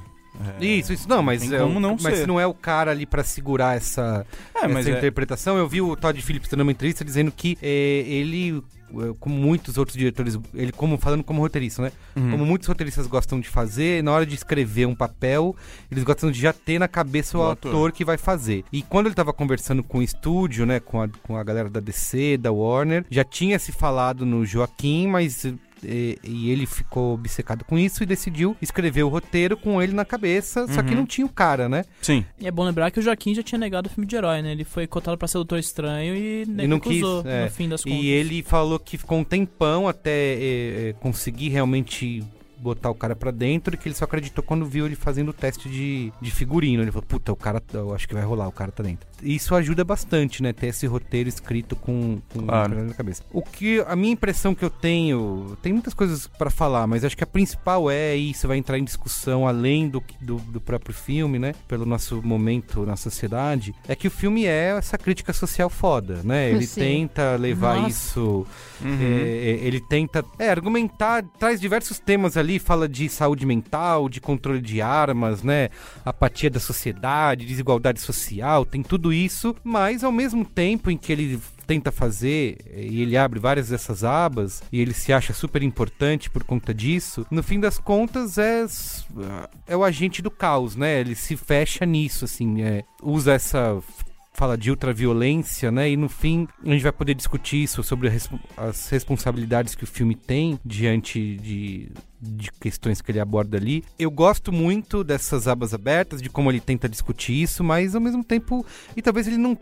Speaker 6: É.
Speaker 2: isso, isso não, mas
Speaker 6: tem
Speaker 2: é
Speaker 6: como
Speaker 2: o,
Speaker 6: não
Speaker 2: mas
Speaker 6: ser.
Speaker 2: se não é assim, o cara ali pra segurar essa,
Speaker 6: É, mas
Speaker 2: essa
Speaker 6: é,
Speaker 2: interpretação. Eu vi o Todd Phillips dando uma entrevista dizendo que eh, ele, eh, como muitos outros diretores, ele como falando como roteirista, né?
Speaker 6: Uhum.
Speaker 2: Como muitos roteiristas gostam de fazer, na hora de escrever um papel, eles gostam de já ter na cabeça o,
Speaker 6: O ator.
Speaker 2: ator. que vai fazer. E quando ele tava conversando com o estúdio, né, com a, com a galera da DC, da Warner, já tinha se falado no Joaquim, mas e, e ele ficou obcecado com isso e decidiu escrever o roteiro com ele na cabeça, só que
Speaker 6: Uhum.
Speaker 2: não tinha o cara, né?
Speaker 6: Sim.
Speaker 4: E é bom lembrar que o Joaquim já tinha negado o filme de herói, né? Ele foi cotado pra ser Doutor Estranho e, né,
Speaker 2: não
Speaker 4: recusou,
Speaker 2: quis, é.
Speaker 4: no fim das contas.
Speaker 2: E ele falou que ficou um tempão até é, é, conseguir realmente botar o cara pra dentro e que ele só acreditou quando viu ele fazendo o teste de, de figurino. Ele falou, puta, o cara, tá- eu acho que vai rolar, o cara tá dentro. E Isso ajuda bastante, né? Ter esse roteiro escrito com, com
Speaker 6: Claro.
Speaker 2: na cabeça. O que a minha impressão que eu tenho, tem muitas coisas pra falar, mas acho que a principal é e isso vai entrar em discussão além do, que- do, do próprio filme, né? Pelo nosso momento na sociedade, é que o filme é essa crítica social foda, né? Ele
Speaker 7: Sim.
Speaker 2: tenta levar
Speaker 4: Nossa.
Speaker 2: isso é,
Speaker 6: Uhum.
Speaker 2: é, ele tenta é, argumentar, traz diversos temas ali, fala de saúde mental, de controle de armas, né? Apatia da sociedade, desigualdade social, tem tudo isso, mas ao mesmo tempo em que ele tenta fazer é, e ele abre várias dessas abas e ele se acha super importante por conta disso, no fim das contas é, s- é o agente do caos, né? Ele se fecha nisso, assim, é, usa essa fala de ultraviolência, né? E no fim a gente vai poder discutir isso sobre a respo- as responsabilidades que o filme tem diante de, de questões que ele aborda ali. Eu gosto muito dessas abas abertas, de como ele tenta discutir isso, mas ao mesmo tempo, e talvez ele não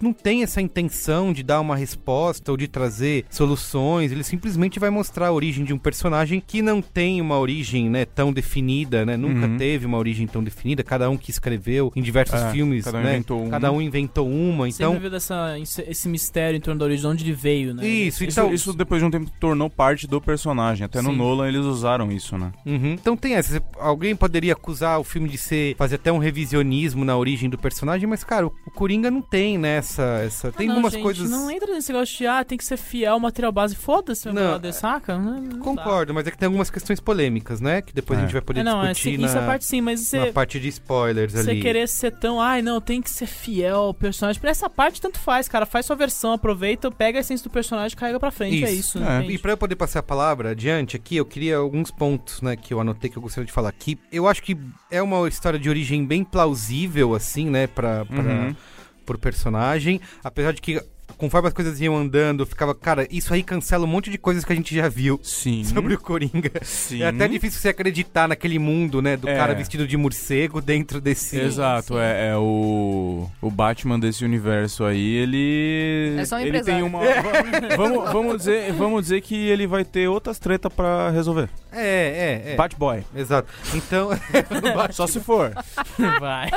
Speaker 2: não tem essa intenção de dar uma resposta ou de trazer soluções, ele simplesmente vai mostrar a origem de um personagem que não tem uma origem, né, tão definida, né? Nunca
Speaker 6: Uhum.
Speaker 2: teve uma origem tão definida, cada um que escreveu em diversos
Speaker 6: É,
Speaker 2: filmes,
Speaker 6: cada um
Speaker 2: né?
Speaker 6: inventou um.
Speaker 2: Cada um inventou uma,
Speaker 4: Sempre
Speaker 2: então.
Speaker 4: viu dessa, esse mistério em torno da origem, de onde ele veio, né?
Speaker 2: Isso,
Speaker 6: Isso,
Speaker 2: então.
Speaker 6: isso depois de um tempo tornou parte do personagem. Até no
Speaker 4: Sim.
Speaker 6: Nolan eles usaram isso, né?
Speaker 2: Uhum. Então tem essa. Alguém poderia acusar o filme de ser. fazer até um revisionismo na origem do personagem, mas, cara, o o Coringa não tem, né? essa. essa tem
Speaker 4: Ah, não,
Speaker 2: algumas
Speaker 4: gente,
Speaker 2: coisas.
Speaker 4: Não é entra nesse negócio de, ah, tem que ser fiel ao material base. Foda-se,
Speaker 2: Não, é,
Speaker 4: meu brother, saca? Não- não dá.
Speaker 2: Concordo, mas é que tem algumas questões polêmicas, né? Que depois
Speaker 6: É.
Speaker 2: a gente vai poder
Speaker 4: É, não, é,
Speaker 2: discutir
Speaker 4: sim,
Speaker 2: na,
Speaker 4: isso é parte sim, mas
Speaker 2: na
Speaker 4: você,
Speaker 2: parte de spoilers
Speaker 4: você
Speaker 2: ali.
Speaker 4: querer ser tão, ai não, tem que ser fiel ao personagem. Pra essa parte, tanto faz, cara. Faz sua versão, aproveita, pega a essência do personagem, carrega pra frente. É isso,
Speaker 2: Isso.
Speaker 6: É.
Speaker 4: né?
Speaker 2: E pra eu poder passar a palavra adiante aqui, eu queria alguns pontos, né, que eu anotei que eu gostaria de falar aqui. Eu acho que é uma história de origem bem plausível, assim, né, pra, pra,
Speaker 6: Uhum.
Speaker 2: pro personagem. Apesar de que, conforme as coisas iam andando, eu ficava, cara, isso aí cancela um monte de coisas que a gente já viu
Speaker 6: Sim.
Speaker 2: sobre o Coringa.
Speaker 6: Uhum. Sim.
Speaker 2: É até difícil você acreditar naquele mundo, né, do
Speaker 6: É.
Speaker 2: cara vestido de morcego dentro desse...
Speaker 6: Exato,
Speaker 7: sim.
Speaker 2: assim.
Speaker 6: É, é o o Batman desse universo aí, ele
Speaker 7: É só um
Speaker 6: ele tem
Speaker 7: empresário.
Speaker 6: uma vamos, vamos dizer, vamos dizer que ele vai ter outras treta pra resolver.
Speaker 2: É, é, é.
Speaker 6: Batboy.
Speaker 2: Exato. Então,
Speaker 6: Só se for.
Speaker 4: Vai.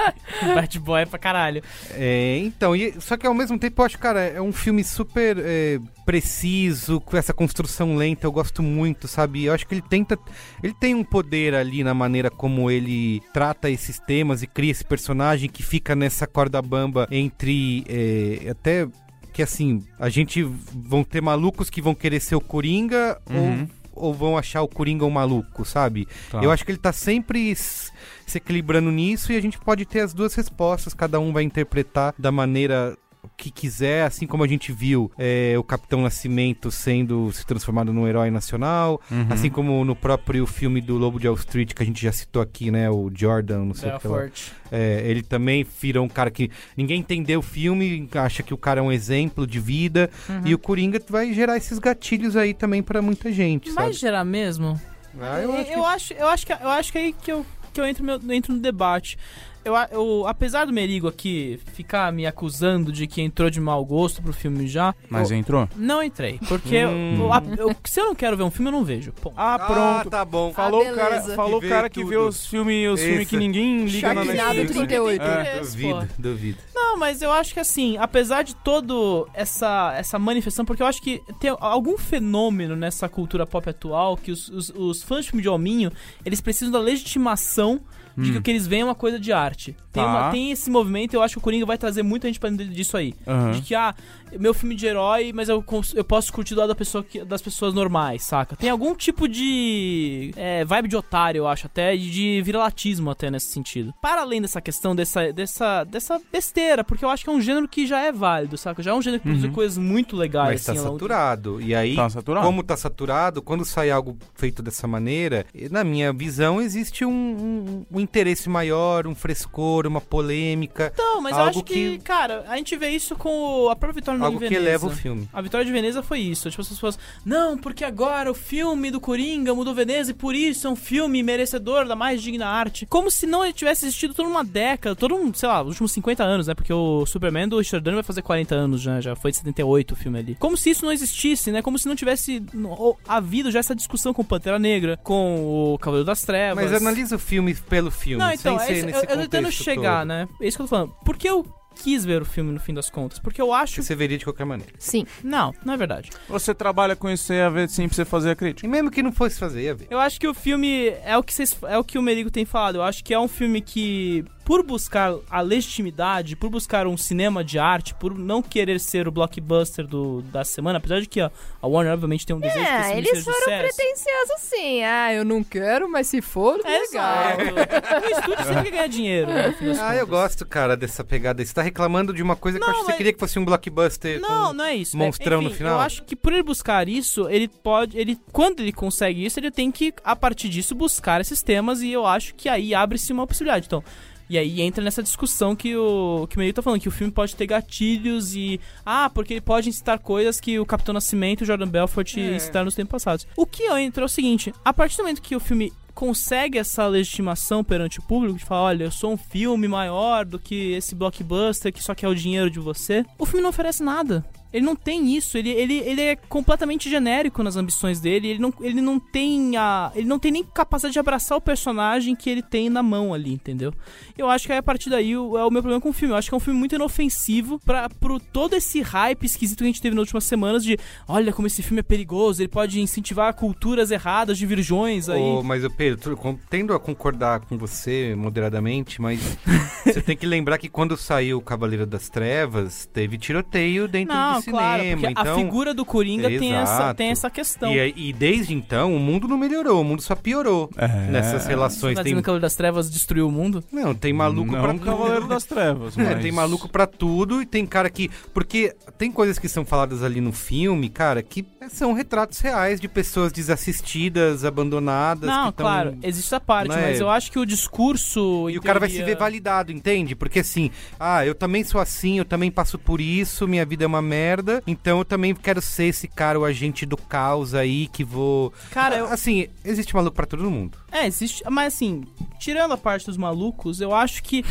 Speaker 4: Bad boy pra caralho.
Speaker 2: É, então, e- só que ao mesmo tempo eu acho, cara, é um filme super é, preciso, com essa construção lenta, eu gosto muito, sabe? Eu acho que ele tenta. Ele tem um poder ali na maneira como ele trata esses temas e cria esse personagem que fica nessa corda bamba entre. é, até. Que assim, a gente vão ter malucos que vão querer ser o Coringa
Speaker 6: Uhum.
Speaker 2: ou, ou vão achar o Coringa um maluco, sabe? Eu acho que ele tá sempre s- se equilibrando nisso e a gente pode ter as duas respostas, cada um vai interpretar da maneira que quiser, assim como a gente viu é, o Capitão Nascimento sendo se transformado num herói nacional,
Speaker 6: Uhum.
Speaker 2: assim como no próprio filme do Lobo de Wall Street que a gente já citou aqui, né, o Jordan, não sei o que lá.
Speaker 4: É, forte.
Speaker 2: É, ele também vira um cara que ninguém entendeu o filme, acha que o cara é um exemplo de vida e o Coringa vai gerar esses gatilhos aí também pra muita gente,
Speaker 4: Vai gerar mesmo?
Speaker 2: sabe? Ah, eu
Speaker 4: eu,
Speaker 2: acho que-
Speaker 4: acho, eu acho que eu acho que é aí que eu, que eu entro, meu- entro no debate. Eu, a- eu- apesar do Merigo aqui ficar me acusando de que entrou de mau gosto pro filme já,
Speaker 6: Mas
Speaker 4: eu
Speaker 6: entrou?
Speaker 4: não entrei. Porque eu-
Speaker 2: Hum.
Speaker 4: eu- a- eu- se eu não quero ver um filme, eu não vejo. Ponto.
Speaker 6: Ah, pronto.
Speaker 2: tá bom.
Speaker 6: Falou
Speaker 4: Ah,
Speaker 6: o cara,
Speaker 7: beleza.
Speaker 6: falou
Speaker 2: Que
Speaker 6: o
Speaker 2: vê
Speaker 6: cara que vê
Speaker 2: tudo.
Speaker 6: os filmes, os
Speaker 2: Esse.
Speaker 6: filmes que ninguém liga na
Speaker 7: Sharknado
Speaker 6: Netflix.
Speaker 7: 38.
Speaker 6: É.
Speaker 4: É,
Speaker 2: Duvido,
Speaker 4: pô.
Speaker 2: duvido.
Speaker 4: Não, mas eu acho que assim, apesar de todo essa, essa manifestação, porque eu acho que tem algum fenômeno nessa cultura pop atual que os, os, os fãs de filme de hominho, eles precisam da legitimação de que o que eles veem é uma coisa de arte. Tem,
Speaker 6: Hum. Tá.
Speaker 4: uma- tem esse movimento, eu acho que o Coringa vai trazer muita gente pra dentro disso aí.
Speaker 6: Aham.
Speaker 4: De que, ah, meu filme de herói, mas eu, cons- eu posso curtir do lado da pessoa que- das pessoas normais, saca? Tem algum tipo de é, vibe de otário, eu acho, até, e de viralatismo até nesse sentido. Para além dessa questão, dessa, dessa, dessa besteira, porque eu acho que é um gênero que já é válido, saca? Já é um gênero que produziu coisas muito legais,
Speaker 2: Uhum. Mas tá
Speaker 4: assim. ao longo-
Speaker 2: saturado. E aí,
Speaker 6: Tá saturado?
Speaker 2: como tá saturado, quando sai algo feito dessa maneira, na minha visão, existe um, um- um interesse maior, um frescor, uma polêmica,
Speaker 4: Então, mas
Speaker 2: Algo
Speaker 4: eu acho que,
Speaker 2: que-
Speaker 4: cara, a gente vê isso com o- a própria vitória
Speaker 2: algo
Speaker 4: do
Speaker 2: que eleva o filme.
Speaker 4: A Vitória de Veneza foi isso. Tipo, as pessoas. Não, porque agora o filme do Coringa mudou Veneza e por isso é um filme merecedor da mais digna arte. Como se não ele tivesse existido toda uma década, todo um, sei lá, os últimos 50 anos, né? Porque o Superman do Richard Donner vai fazer 40 anos já, já foi de 78 o filme ali. Como se isso não existisse, né? Como se não tivesse no- ou havido já essa discussão com Pantera Negra, com o Cavaleiro das Trevas.
Speaker 2: Mas analisa o filme pelo filme,
Speaker 4: É, Não, então,
Speaker 2: sem
Speaker 4: é
Speaker 2: ser
Speaker 4: isso-
Speaker 2: nesse
Speaker 4: eu, eu tô tentando
Speaker 2: contexto
Speaker 4: chegar,
Speaker 2: todo.
Speaker 4: né? É isso que eu tô falando. Por que eu quis ver o filme no fim das contas? Porque eu acho.
Speaker 2: Você veria de qualquer maneira.
Speaker 7: Sim.
Speaker 4: Não, não é verdade.
Speaker 6: Você trabalha com isso aí a ver sem você fazer a crítica.
Speaker 2: E mesmo que não fosse fazer, ia ver.
Speaker 4: Eu acho que o filme é o que vocês, é o que o Merigo tem falado. Eu acho que é um filme que, por buscar a legitimidade, por buscar um cinema de arte, por não querer ser o blockbuster do, da semana, apesar de que ó, a Warner obviamente tem um desejo que esse
Speaker 7: É,
Speaker 4: filme
Speaker 7: eles
Speaker 4: seja
Speaker 7: foram
Speaker 4: sucesso.
Speaker 7: pretensiosos sim. Ah, eu não quero, mas se for,
Speaker 4: É,
Speaker 7: legal.
Speaker 4: exato. O estúdio sempre quer ganhar dinheiro. né, no fim das
Speaker 2: Ah, eu
Speaker 4: contas.
Speaker 2: gosto, cara, dessa pegada. Você tá reclamando de uma coisa que
Speaker 4: Não,
Speaker 2: eu acho que você
Speaker 4: mas-
Speaker 2: queria que fosse um blockbuster.
Speaker 4: Não,
Speaker 2: com-
Speaker 4: não é isso.
Speaker 2: monstrão
Speaker 4: É,
Speaker 2: no
Speaker 4: enfim,
Speaker 2: final?
Speaker 4: Eu acho que por ele buscar isso, ele pode. Ele, quando ele consegue isso, ele tem que, a partir disso, buscar esses temas. E eu acho que aí abre-se uma possibilidade. Então. E aí entra nessa discussão que o que o Menino tá falando, que o filme pode ter gatilhos e. Ah, porque ele pode incitar coisas que o Capitão Nascimento e o Jordan Belfort
Speaker 2: É.
Speaker 4: incitaram nos tempos passados. O que eu entro é o seguinte: a partir do momento que o filme consegue essa legitimação perante o público de falar, olha, eu sou um filme maior do que esse blockbuster que só quer o dinheiro de você, o filme não oferece nada. Ele não tem isso, ele, ele, ele é completamente genérico nas ambições dele, ele não, ele não tem a. Ele não tem nem capacidade de abraçar o personagem que ele tem na mão ali, entendeu? Eu acho que aí, a partir daí o- é o meu problema com o filme. Eu acho que é um filme muito inofensivo para pro todo esse hype esquisito que a gente teve nas últimas semanas de olha como esse filme é perigoso, ele pode incentivar culturas erradas de virgões aí.
Speaker 2: Ô, mas, ô, Pedro, tu- com- tendo a concordar com você moderadamente, mas você tem que lembrar que quando saiu o Cavaleiro das Trevas, teve tiroteio dentro
Speaker 4: Não,
Speaker 2: do cinema.
Speaker 4: claro, porque
Speaker 2: então...
Speaker 4: a figura do Coringa tem essa,
Speaker 2: Exato.
Speaker 4: tem essa questão.
Speaker 2: E, aí- e desde então, o mundo não melhorou, o mundo só piorou nessas
Speaker 4: Você
Speaker 2: relações.
Speaker 4: tá
Speaker 2: Tem...
Speaker 4: dizendo que o Cavaleiro das Trevas destruiu o mundo?
Speaker 2: Não, tem maluco
Speaker 6: não
Speaker 2: pra
Speaker 6: o
Speaker 2: tudo.
Speaker 6: Cavaleiro das Trevas,
Speaker 2: É,
Speaker 6: mas-
Speaker 2: tem maluco pra tudo e tem cara que. Porque tem coisas que são faladas ali no filme, cara, que são retratos reais de pessoas desassistidas, abandonadas.
Speaker 4: Não,
Speaker 2: que tão-
Speaker 4: claro, existe essa parte,
Speaker 2: né?
Speaker 4: mas eu acho que o discurso.
Speaker 2: E
Speaker 4: em
Speaker 2: o cara vai se
Speaker 4: teoria-
Speaker 2: ver validado, entende? Porque assim, ah, eu também sou assim, eu também passo por isso, minha vida é uma merda, então eu também quero ser esse cara, o agente do caos aí, que vou.
Speaker 4: Cara, eu-
Speaker 2: Assim, existe maluco pra todo mundo.
Speaker 4: É, existe. Mas assim, tirando a parte dos malucos, eu acho que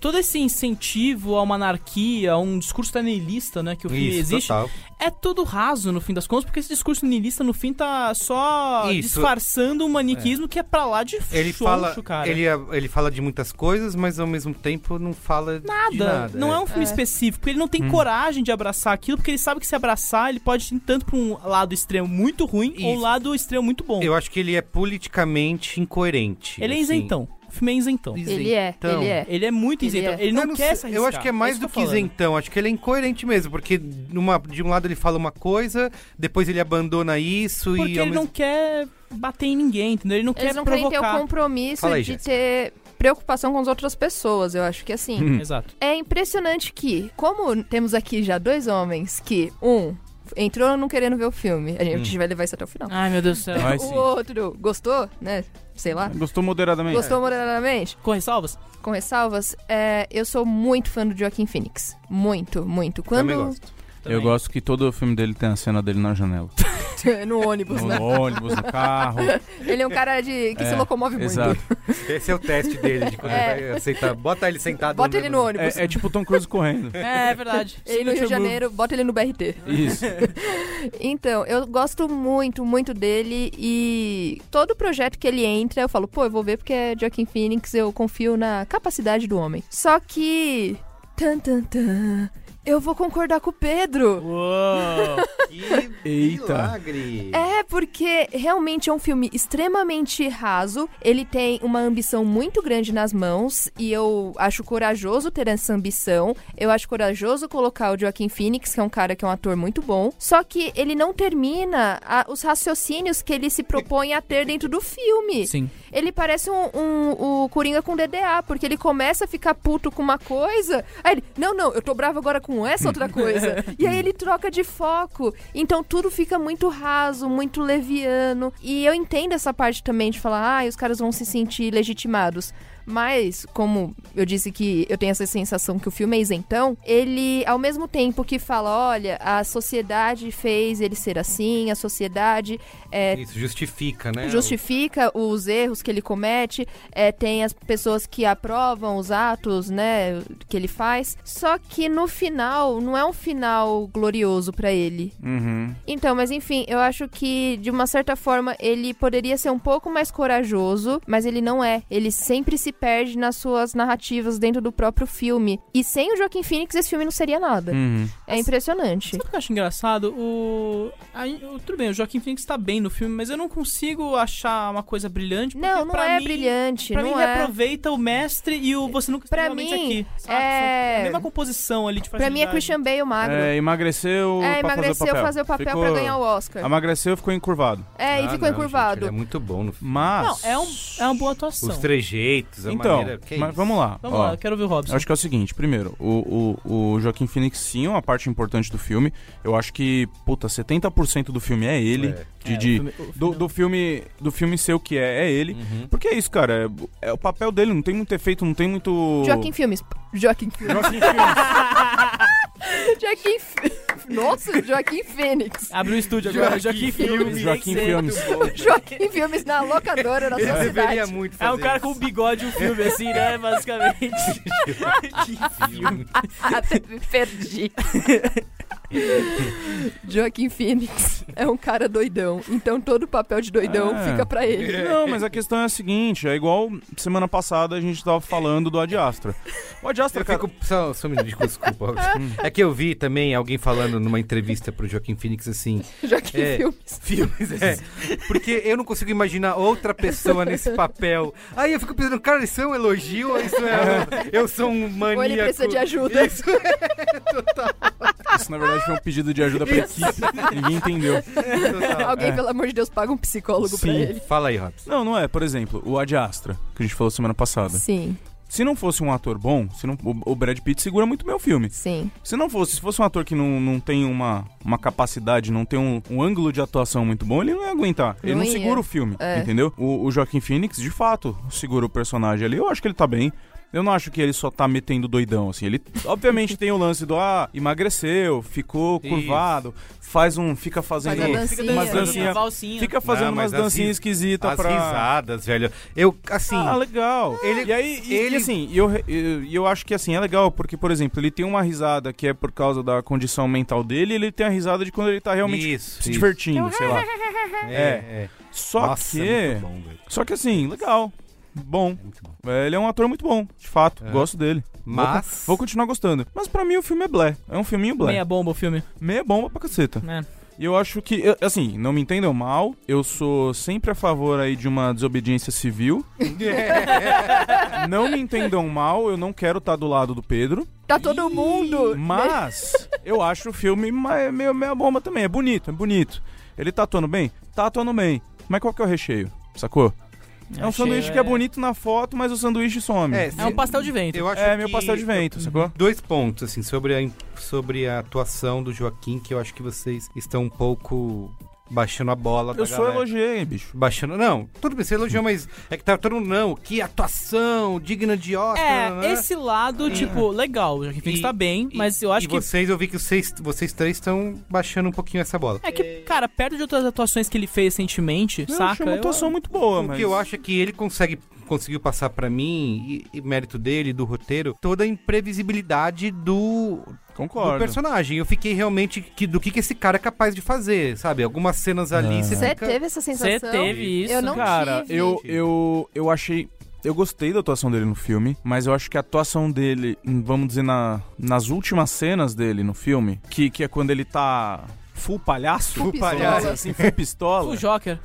Speaker 4: todo esse incentivo a uma anarquia, a um discurso nihilista, né, que o filme
Speaker 2: Isso,
Speaker 4: existe,
Speaker 2: total.
Speaker 4: é tudo raso no fim das contas, porque esse discurso nihilista no fim tá só
Speaker 2: Isso.
Speaker 4: disfarçando o maniquismo que é pra lá de
Speaker 2: Ele
Speaker 4: choncho,
Speaker 2: fala,
Speaker 4: cara.
Speaker 2: ele, é, ele fala de muitas coisas, mas ao mesmo tempo não fala de
Speaker 4: nada.
Speaker 2: nada. Hum.
Speaker 4: Não é, um filme específico. Ele não tem coragem de abraçar aquilo, porque ele sabe que se abraçar, ele pode ir tanto pra um lado extremo muito ruim ou um
Speaker 2: Isso.
Speaker 4: lado extremo muito bom.
Speaker 2: Eu acho que ele é politicamente incoerente.
Speaker 4: Ele é
Speaker 2: assim.
Speaker 4: isentão. O filme é isentão.
Speaker 7: Ele é,
Speaker 2: Isentão.
Speaker 7: ele é.
Speaker 4: Ele é muito
Speaker 7: Ele
Speaker 4: isentão.
Speaker 7: é.
Speaker 4: Ele não,
Speaker 2: Eu
Speaker 4: quer se
Speaker 2: sei,
Speaker 4: arriscar.
Speaker 2: Eu acho que é mais
Speaker 4: isso
Speaker 2: do
Speaker 4: eu
Speaker 2: que
Speaker 4: tô falando.
Speaker 2: isentão. Acho que ele é incoerente mesmo, porque numa- de um lado ele fala uma coisa, depois ele abandona isso
Speaker 4: Porque
Speaker 2: e. ao
Speaker 4: ele
Speaker 2: mesmo-
Speaker 4: não quer bater em ninguém, entendeu? Ele não
Speaker 7: Eles
Speaker 4: quer
Speaker 7: não querem ter o
Speaker 4: provocar.
Speaker 7: compromisso
Speaker 2: Fala aí,
Speaker 7: de
Speaker 2: Jéssica.
Speaker 7: ter preocupação com as outras pessoas. Eu acho que assim.
Speaker 2: Hum.
Speaker 4: Exato.
Speaker 7: É impressionante que, como temos aqui já dois homens que, um, entrou não querendo ver o filme, a
Speaker 2: Hum,
Speaker 4: Tipo,
Speaker 7: gente vai levar isso até o final.
Speaker 4: Ai, meu Deus do céu.
Speaker 6: Ai,
Speaker 7: o
Speaker 6: sim.
Speaker 7: outro gostou, né? Sei lá.
Speaker 6: Gostou moderadamente.
Speaker 7: Gostou moderadamente?
Speaker 4: Corre, salvas.
Speaker 7: Com ressalvas, é, eu sou muito fã do Joaquim Phoenix. Muito, muito.
Speaker 2: Também
Speaker 7: Quando.
Speaker 2: gosto.
Speaker 6: Eu gosto que todo filme dele tem a cena dele na janela.
Speaker 7: no ônibus, né?
Speaker 6: No ônibus, no carro.
Speaker 7: Ele é um cara de que se
Speaker 6: É,
Speaker 7: locomove muito.
Speaker 6: Exato.
Speaker 2: Esse é o teste dele de quando
Speaker 7: É.
Speaker 2: ele vai aceitar. Bota ele sentado.
Speaker 7: Bota ele no ônibus.
Speaker 6: É, é tipo Tom Cruise correndo.
Speaker 4: É, é verdade.
Speaker 7: Ele no Rio de Janeiro, bota ele no BRT.
Speaker 6: Isso.
Speaker 7: Então, eu gosto muito, muito dele e todo projeto que ele entra, eu falo, pô, eu vou ver porque é Joaquin Phoenix, eu confio na capacidade do homem. Só que. Tan, tan, tan. Eu vou concordar com o Pedro.
Speaker 4: Uou.
Speaker 2: Que
Speaker 6: Eita.
Speaker 2: milagre!
Speaker 7: É, porque realmente é um filme extremamente raso. Ele tem uma ambição muito grande nas mãos. E eu acho corajoso ter essa ambição. Eu acho corajoso colocar o Joaquim Phoenix, que é um cara que é um ator muito bom. Só que ele não termina a- os raciocínios que ele se propõe a ter dentro do filme.
Speaker 4: Sim.
Speaker 7: Ele parece um, um- o Coringa com DDA, porque ele começa a ficar puto com uma coisa, aí ele, não, não, eu tô bravo agora com essa outra coisa. e aí ele troca de foco. Então tudo fica muito raso, muito leviano. E eu entendo essa parte também de falar, ah, os caras vão se sentir legitimados. Mas, como eu disse que eu tenho essa sensação que o filme é isentão, ele, ao mesmo tempo que fala, olha, a sociedade fez ele ser assim, a sociedade é,
Speaker 2: Isso justifica, né?
Speaker 7: justifica os erros que ele comete, é, tem as pessoas que aprovam os atos, né, que ele faz. Só que no final não é um final glorioso pra ele.
Speaker 6: Uhum.
Speaker 7: Então, mas enfim, eu acho que de uma certa forma ele poderia ser um pouco mais corajoso, mas ele não é. Ele sempre se perde nas suas narrativas dentro do próprio filme. E sem o Joaquim Phoenix esse filme não seria nada.
Speaker 6: Uhum.
Speaker 7: É impressionante.
Speaker 4: Sabe o que eu acho engraçado? O... a- o- Tudo bem, o Joaquim Phoenix tá bem no filme, mas eu não consigo achar uma coisa brilhante. porque
Speaker 7: Não, não
Speaker 4: pra
Speaker 7: é
Speaker 4: mim-
Speaker 7: brilhante,
Speaker 4: Pra
Speaker 7: não
Speaker 4: mim, ele
Speaker 7: é.
Speaker 4: aproveita o mestre e o você nunca
Speaker 7: Pra
Speaker 4: esteve novamente
Speaker 7: mim,
Speaker 4: aqui. sabe?
Speaker 7: é-
Speaker 4: São A mesma composição ali de
Speaker 7: Pra mim é
Speaker 4: facilidade.
Speaker 7: Christian Bale magro.
Speaker 6: É, emagreceu
Speaker 7: É,
Speaker 6: pra
Speaker 7: emagreceu
Speaker 6: fazer o papel,
Speaker 7: pra ganhar o Oscar.
Speaker 6: Emagreceu, ficou encurvado.
Speaker 7: É, e
Speaker 2: Ah,
Speaker 7: ficou
Speaker 2: não,
Speaker 7: encurvado.
Speaker 2: gente, ele é muito bom no filme.
Speaker 4: Não,
Speaker 6: Mas...
Speaker 4: é, um, é uma boa atuação.
Speaker 2: Os trejeitos, a
Speaker 6: Então,
Speaker 2: maneira... que
Speaker 6: mas
Speaker 2: isso?
Speaker 6: vamos lá.
Speaker 4: Vamos
Speaker 6: ó.
Speaker 4: lá, eu quero ouvir o Robson.
Speaker 6: Eu acho que é o seguinte, primeiro, o, o, o Joaquim Phoenix sim é uma parte importante do filme. Eu acho que, puta, 70% do filme é ele.
Speaker 2: É.
Speaker 6: De,
Speaker 4: É, o
Speaker 6: de-
Speaker 4: filme- o
Speaker 6: do,
Speaker 4: filme-
Speaker 6: do filme do filme ser o que é, é ele. Porque é isso, cara. É, é o papel dele, não tem muito efeito, não tem muito.
Speaker 7: Joaquim Filmes. Joaquim Filmes.
Speaker 6: Joaquim Phoenix.
Speaker 7: Joaquim F... Nossa, Joaquim Fênix.
Speaker 4: Abre o estúdio agora. Joaquim Filmes.
Speaker 6: Joaquim Filmes.
Speaker 7: Joaquim Filmes na locadora na sua
Speaker 2: Ele deveria
Speaker 7: cidade.
Speaker 2: muito fazer
Speaker 4: É um cara com um
Speaker 2: isso.
Speaker 4: bigode e um filme, assim, né? Basicamente.
Speaker 7: Até me perdi. Joaquim Phoenix é um cara doidão, então todo papel de doidão
Speaker 6: É.
Speaker 7: fica pra ele.
Speaker 6: Não, mas a questão é a seguinte: é igual semana passada a gente tava falando do Ad Astra. O Ad Astra,
Speaker 2: Eu
Speaker 6: cara.
Speaker 2: fico. Só, só me desculpa, desculpa. É que eu vi também alguém falando numa entrevista pro Joaquim Phoenix assim.
Speaker 7: Joaquim
Speaker 2: É.
Speaker 7: Filmes.
Speaker 2: Filmes, é. Porque eu não consigo imaginar outra pessoa nesse papel. Aí eu fico pensando, cara, isso é um elogio ou isso é. Eu sou um maníaco.
Speaker 7: Ou ele precisa de ajuda.
Speaker 2: Isso é total.
Speaker 6: Isso na verdade foi um pedido de ajuda pra equipe. Ninguém entendeu.
Speaker 2: total.
Speaker 7: Alguém, pelo amor de Deus, paga um psicólogo pra
Speaker 6: Sim.
Speaker 7: ele.
Speaker 2: Fala aí, Robson.
Speaker 6: Não, não é. Por exemplo, o Ad Astra, que a gente falou semana passada.
Speaker 7: Sim,
Speaker 6: Se não fosse um ator bom, se não, o- o Brad Pitt segura muito bem o filme.
Speaker 7: sim.
Speaker 6: Se não fosse, se fosse um ator que não, não tem uma, uma capacidade, não tem um, um ângulo de atuação muito bom, ele não ia aguentar. ele
Speaker 7: Não
Speaker 6: não
Speaker 7: ia.
Speaker 6: segura o filme,
Speaker 7: É.
Speaker 6: entendeu? O, o Joaquim Phoenix, de fato, segura o personagem ali. Eu acho que ele tá bem. Eu não acho que ele só tá metendo doidão, assim. Ele, obviamente, tem o lance do, ah, emagreceu, ficou
Speaker 2: Isso.
Speaker 6: curvado, faz um, fica fazendo...
Speaker 7: Faz a dancinha.
Speaker 4: Fica
Speaker 6: umas
Speaker 7: dancinha,
Speaker 6: dancinhas-
Speaker 4: valsinha.
Speaker 6: Fica fazendo
Speaker 2: Não,
Speaker 6: umas
Speaker 2: mas as
Speaker 6: dancinhas
Speaker 2: ris-
Speaker 6: esquisitas
Speaker 2: As
Speaker 6: pra...
Speaker 2: risadas, velho. Eu, assim.
Speaker 6: Ah, legal.
Speaker 2: Ele-
Speaker 6: e aí, e-
Speaker 2: ele-
Speaker 6: e assim, eu, re- eu, eu acho que assim, é legal, porque, por exemplo, ele tem uma risada que é por causa da condição mental dele, e ele tem a risada de quando ele tá realmente
Speaker 2: Isso,
Speaker 6: se
Speaker 2: isso.
Speaker 6: divertindo, sei lá.
Speaker 2: é, é.
Speaker 6: Só
Speaker 2: Nossa, é
Speaker 6: que.
Speaker 2: muito bom, velho.
Speaker 6: só que assim, legal. Bom.
Speaker 2: Muito bom.
Speaker 6: É, ele é um ator muito bom, de fato.
Speaker 2: É.
Speaker 6: Gosto dele. Vou
Speaker 2: Mas-
Speaker 6: con- Vou, continuar gostando. Mas pra mim o filme é blé. É um filminho blé.
Speaker 4: Meia
Speaker 6: Meia,
Speaker 4: bomba o filme.
Speaker 6: bomba pra caceta.
Speaker 4: né?
Speaker 6: E eu acho que, eu- assim, não me entendam mal, eu sou sempre a favor aí de uma desobediência civil. não me entendam mal, eu não quero estar do lado do Pedro,
Speaker 7: Tá todo mundo.
Speaker 6: mas eu acho o filme ma- meio meia bomba também. É bonito, é bonito. Ele tá atuando bem? Tá atuando bem. Mas qual que é o recheio? Sacou? É um
Speaker 4: Achei,
Speaker 6: sanduíche que é bonito na foto, mas o sanduíche some.
Speaker 2: É,
Speaker 6: É,
Speaker 2: se-
Speaker 4: É um pastel de vento.
Speaker 2: Eu acho
Speaker 6: meu
Speaker 2: que-
Speaker 6: pastel de vento, sacou?
Speaker 2: Dois pontos, assim, sobre a, im- sobre a atuação do Joaquim, que eu acho que vocês estão um pouco baixando a bola da
Speaker 6: Eu só
Speaker 2: galera.
Speaker 6: elogiei, bicho.
Speaker 2: Baixando, não, tudo bem, você elogiou, mas é que tá todo mundo, não, que atuação, digna de Oscar.
Speaker 4: É,
Speaker 7: né?
Speaker 2: nananã.
Speaker 4: esse lado, tipo, legal. O Joaquim Phoenix
Speaker 2: E-
Speaker 4: tá bem,
Speaker 2: E-
Speaker 4: mas eu acho
Speaker 2: e
Speaker 4: que.
Speaker 2: vocês, eu vi que vocês, vocês três estão baixando um pouquinho essa bola.
Speaker 4: É que, cara, perto de outras atuações que ele fez recentemente,
Speaker 6: Eu
Speaker 4: saca?
Speaker 6: achei uma atuação muito boa,
Speaker 2: O
Speaker 6: mas...
Speaker 2: que eu acho é que ele consegue conseguiu passar pra mim e, e mérito dele do roteiro toda a imprevisibilidade do, do
Speaker 6: Concordo.
Speaker 2: personagem. Eu fiquei realmente que, do que, que esse cara é capaz de fazer, sabe? Algumas cenas ali você
Speaker 7: Você
Speaker 2: fica...
Speaker 7: teve essa sensação?
Speaker 4: Você teve isso.
Speaker 7: Eu não
Speaker 6: Ah. Cara,
Speaker 7: tive.
Speaker 6: eu, eu, eu achei. Eu gostei da atuação dele no filme, mas eu acho que a atuação dele, hum, vamos dizer, na, nas últimas cenas dele no filme, que, que é quando ele tá full palhaço,
Speaker 7: Full palhaço.
Speaker 6: assim, full
Speaker 4: O
Speaker 6: pistola,
Speaker 4: Joker.